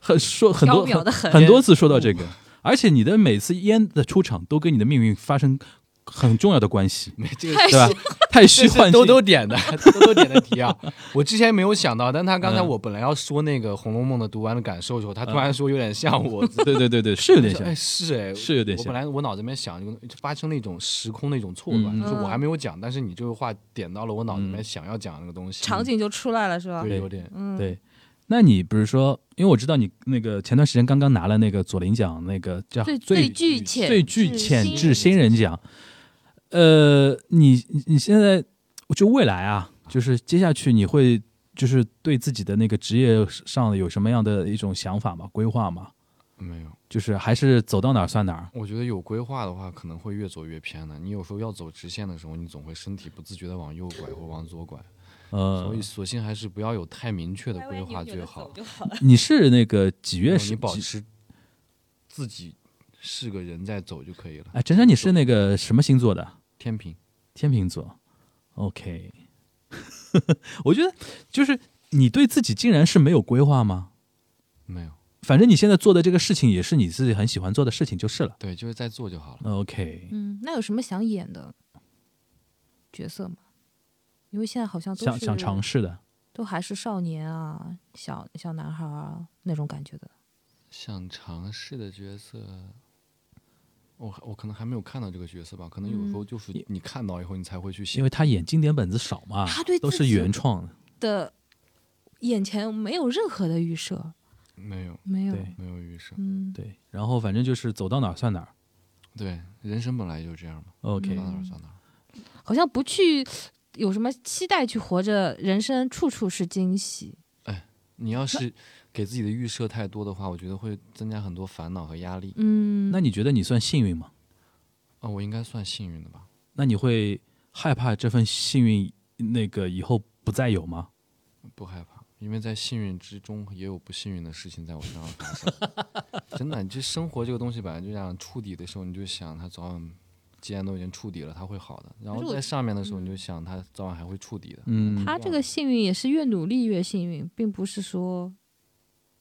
很说很多 缥缈的很很多次说到这个，而且你的每次烟的出场都跟你的命运发生很重要的关系， 没这个太对吧？太虚这幻是性，兜兜点的，兜兜点的题啊，我之前没有想到，但他刚才嗯我本来要说那个《红楼梦》的读完的感受的时候，他突然说有点像我，对对对对， 是有点哎像，是哎是有点我像本来我脑子里面想，就发生了一种时空的一种错乱，嗯就是我嗯还没有讲，但是你这个话点到了我脑子里面想要讲的那个东西，场景就出来了是吧？嗯对有点嗯，对。那你比如说，因为我知道你那个前段时间刚刚拿了那个左琳奖，那个叫最最具潜最具潜质新新人奖。呃，你你你现在就未来啊，就是接下去你会就是对自己的那个职业上有什么样的一种想法吗？规划吗？没有。就是还是走到哪儿算哪儿？我觉得有规划的话，可能会越走越偏的。你有时候要走直线的时候，你总会身体不自觉的往右拐或往左拐，呃所以，索性还是不要有太明确的规划最好。你是那个几然月哦后你是保几持自己是个人在走就可以了。哎，陈珊，你是那个什么星座的？天平，天秤座。OK，我觉得就是你对自己竟然是没有规划吗？没有，反正你现在做的这个事情也是你自己很喜欢做的事情就是了。对，就是在做就好了。 OK，嗯，那有什么想演的角色吗？因为现在好像都想是想尝试的，都还是少年啊，小小男孩啊那种感觉的。想尝试的角色，我还我可能还没有看到这个角色吧，可能有时候就是你看到以后，你才会去嗯因想。为他演经典本子少嘛，他对都自是己原创的。的眼前没有任何的预设，没有，没有，对没有预设。嗯，对，然后反正就是走到哪儿算哪儿。对，人生本来就这样嘛， OK，、到嗯哪儿算哪儿。好像不去有什么期待去活着，人生处处是惊喜。你要是给自己的预设太多的话，我觉得会增加很多烦恼和压力。嗯，那你觉得你算幸运吗？啊、我应该算幸运的吧？那你会害怕这份幸运那个以后不再有吗？不害怕，因为在幸运之中也有不幸运的事情在我身上发生。 真的，你这生活这个东西本来就这样，触底的时候你就想它早晚，既然都已经触底了，它会好的；然可是后我在上面的时候你就想它早晚还会触底的。嗯，他这个幸运也是越努力越幸运，并不是说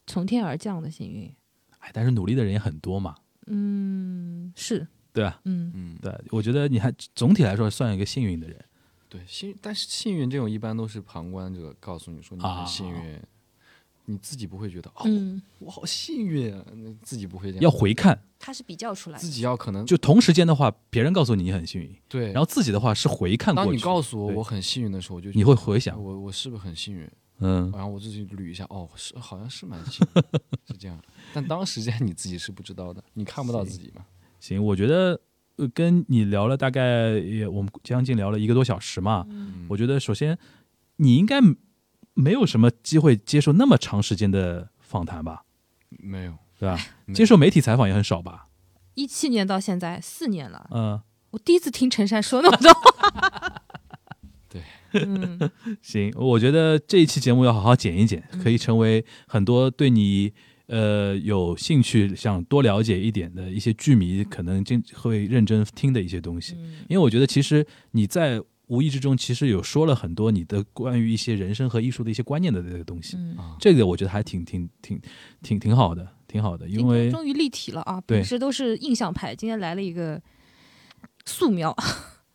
从天而降的幸运。哎，但是努力的人也很多嘛，嗯，是，对吧？嗯，嗯，对，我觉得你还总体来说算一个幸运的人。对，幸，但是幸运这种一般都是旁观者告诉你说你啊很幸运，你自己不会觉得哦，嗯，我好幸运啊，那自己不会这样，要回看，他是比较出来自己要可能就同时间的话，别人告诉你你很幸运，对，然后自己的话是回看过去。当你告诉我对我很幸运的时候，我就觉你得会回想，我我是不是很幸运？嗯，然后我自己捋一下，哦，是好像是蛮幸运的，是这样。但当时间你自己是不知道的，你看不到自己嘛。行，我觉得。呃，跟你聊了大概也，我们将近聊了一个多小时嘛。嗯我觉得首先，你应该没有什么机会接受那么长时间的访谈吧，没有，对吧？ 没接受媒体采访也很少吧？一七年到现在四年了，嗯，我第一次听陈山说那么多话。对， 嗯，行，我觉得这一期节目要好好剪一剪，可嗯以成为很多对你呃有兴趣、想多了解一点的一些剧迷可能真会认真听的一些东西。嗯因为我觉得其实你在无意之中其实有说了很多你的关于一些人生和艺术的一些观念的这个东西，嗯，啊，这个我觉得还挺挺挺挺挺好的，挺好的，因今天为终于立体了啊！对平时都是印象派，今天来了一个素描，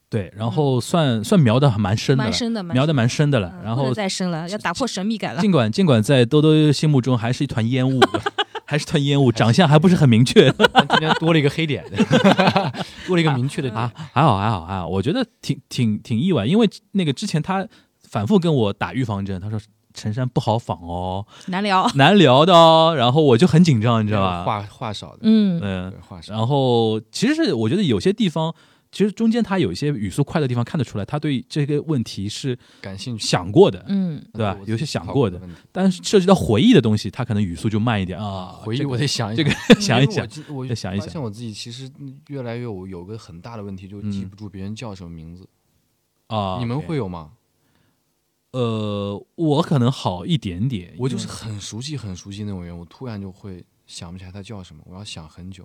对，然后算算瞄的还蛮深的了嗯蛮，深的，蛮瞄的蛮深的了嗯，然不能后再深了，要打破神秘 感了。尽管尽管在兜兜心目中还是一团烟雾， 还是团烟雾，长相还不是很明确 但今天多了一个黑点， 多了一个明确的点啊，，还好还好还好，我觉得挺挺挺意外，因为那个之前他反复跟我打预防针，他说陈山不好仿哦， 难聊。难聊的哦，然后我就很紧张，你知道吧？哎话话少的，嗯，嗯对，话少。然后其实是我觉得有些地方。其实中间他有一些语速快的地方看得出来，他对这个问题是感兴趣，想过的，嗯，对吧我？有些想过的，问题但是涉及到回忆的东西，他可能语速就慢一点啊。回忆这个我得想一这个 想一因为我想，记，我再想一发想现我自己其实越来越有有个很大的问题，就记嗯不住别人叫什么名字。啊，你们 OK 会有吗？呃，我可能好一点点，我就是因为很熟悉很熟悉那种人，我突然就会想不起来他叫什么，我要想很久。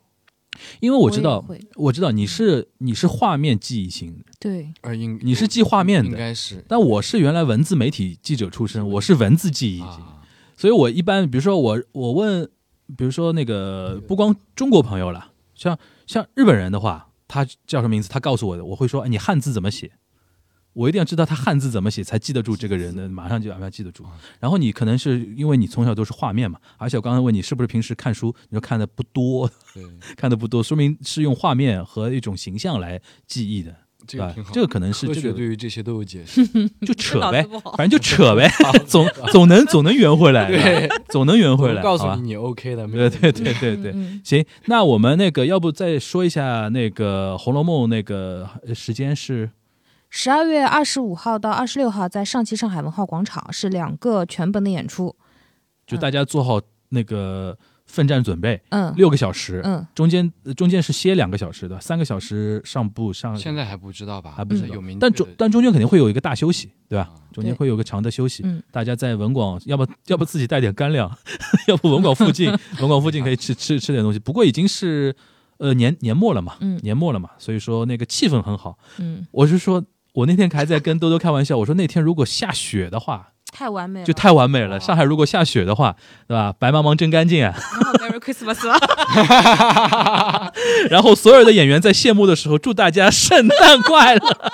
因为我知道，也会我知道你是你是画面记忆型的，对，而应你是记画面应的，该是但我是原来文字媒体记者出身，我是文字记忆型，啊，所以我一般比如说我我问，比如说那个不光中国朋友了，像像日本人的话，他叫什么名字，他告诉我的，我会说，哎，你汉字怎么写？我一定要知道他汉字怎么写，才记得住这个人的，马上就马上记得住。啊然后你可能是因为你从小都是画面嘛，而且我刚才问你是不是平时看书，你说看的不多， 对，看的不多，说明是用画面和一种形象来记忆的，这对个吧挺？好。这个可能是科学这个对于这些都有解释。就扯脑呗子不好，反正就扯呗， 总总能总能圆回来，对，总能圆我回来，们告诉好吧你，你 OK 的，没有 对问对题对对对，嗯行，那我们那个要不再说一下那个《红楼梦》那个呃时间是十二月二十五号到二十六号在上汽上海文化广场是两个全本的演出。就大家做好那个奋战准备，嗯六个小时，嗯，中间呃中间是歇两个小时的，三个小时上步上，现在还不知道吧？还不知道有明确的，但中但中间肯定会有一个大休息，对吧？啊中间对会有个长的休息，嗯大家在文广，要不要不自己带点干粮， 要不文广附 近，文广附近可以吃吃吃点东西。不过已经是呃年年末了嘛，嗯年末了嘛，所以说那个气氛很好。嗯，我是说，我那天还在跟多多开玩笑，我说那天如果下雪的话，太完美了，就太完美了。哦上海如果下雪的话，对吧？白茫茫真干净啊！ 然后 Merry Christmas 啊了。然后所有的演员在谢幕的时候，祝大家圣诞快乐，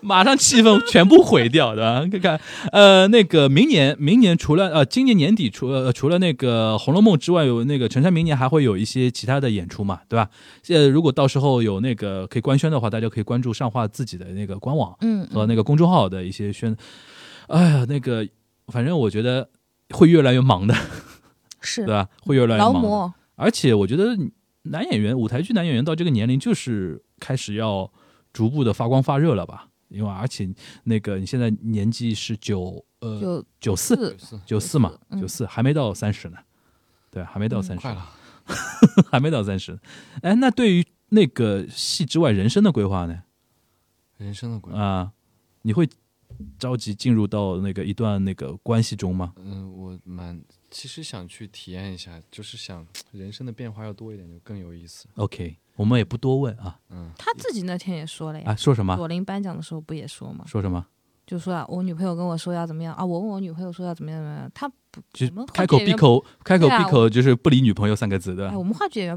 马上气氛全部毁掉，对吧？看看，呃，那个明年，明年除了呃，今年年底除了、呃、除了那个《红楼梦》之外，有那个陈山明年还会有一些其他的演出嘛，对吧？呃，如果到时候有那个可以官宣的话，大家可以关注上画自己的那个官网 嗯， 和那个公众号的一些宣。哎呀，那个，反正我觉得会越来越忙的，是对吧？会越来越劳忙的。模，而且我觉得男演员，舞台剧男演员到这个年龄就是开始要逐步的发光发热了吧？因为而且那个你现在年纪是九呃就九四四是九四嘛，嗯九四还没到三十呢，对，还没到嗯三十、快了。 还没到三十。哎，那对于那个戏之外人生的规划呢？人生的轨啊、迹，你会着急进入到那个一段那个关系中吗？嗯，我蛮其实想去体验一下，就是想人生的变化要多一点，就更有意思。 ？OK，我们也不多问啊嗯，他自己那天也说了呀啊，。说什么左琳颁奖的时候不也说吗？说什么，就说啊，我女朋友跟我说要怎么样啊，我问我女朋友说要怎么样怎么样，她不，就我们话开口剧演闭员口开口对啊闭口就是不理女朋友三个字，对吧哎，？我们话剧演员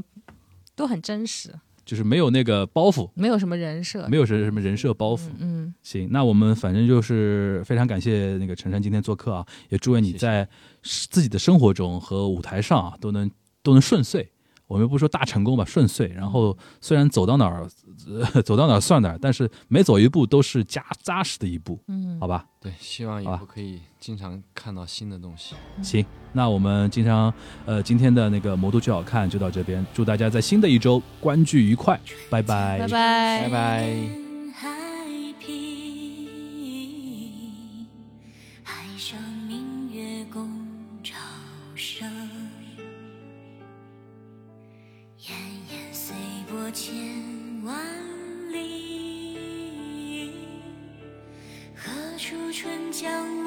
都很真实，就是没有那个包袱，没有什么人设，没有什什么人设包袱。嗯，行，那我们反正就是非常感谢那个陈珊今天做客啊，也祝愿你谢谢在自己的生活中和舞台上啊都能都能顺遂。我们不说大成功吧，顺遂。然后虽然走到哪儿、呃走到哪儿算哪儿，但是每走一步都是加扎实的一步，嗯好吧？对，希望以好吧后可以经常看到新的东西。行，那我们经常呃今天的那个魔都剧好看就到这边，祝大家在新的一周观剧愉快，拜拜，拜拜拜。拜。海平，海上明月共潮生。滟滟随波千万里，何处春江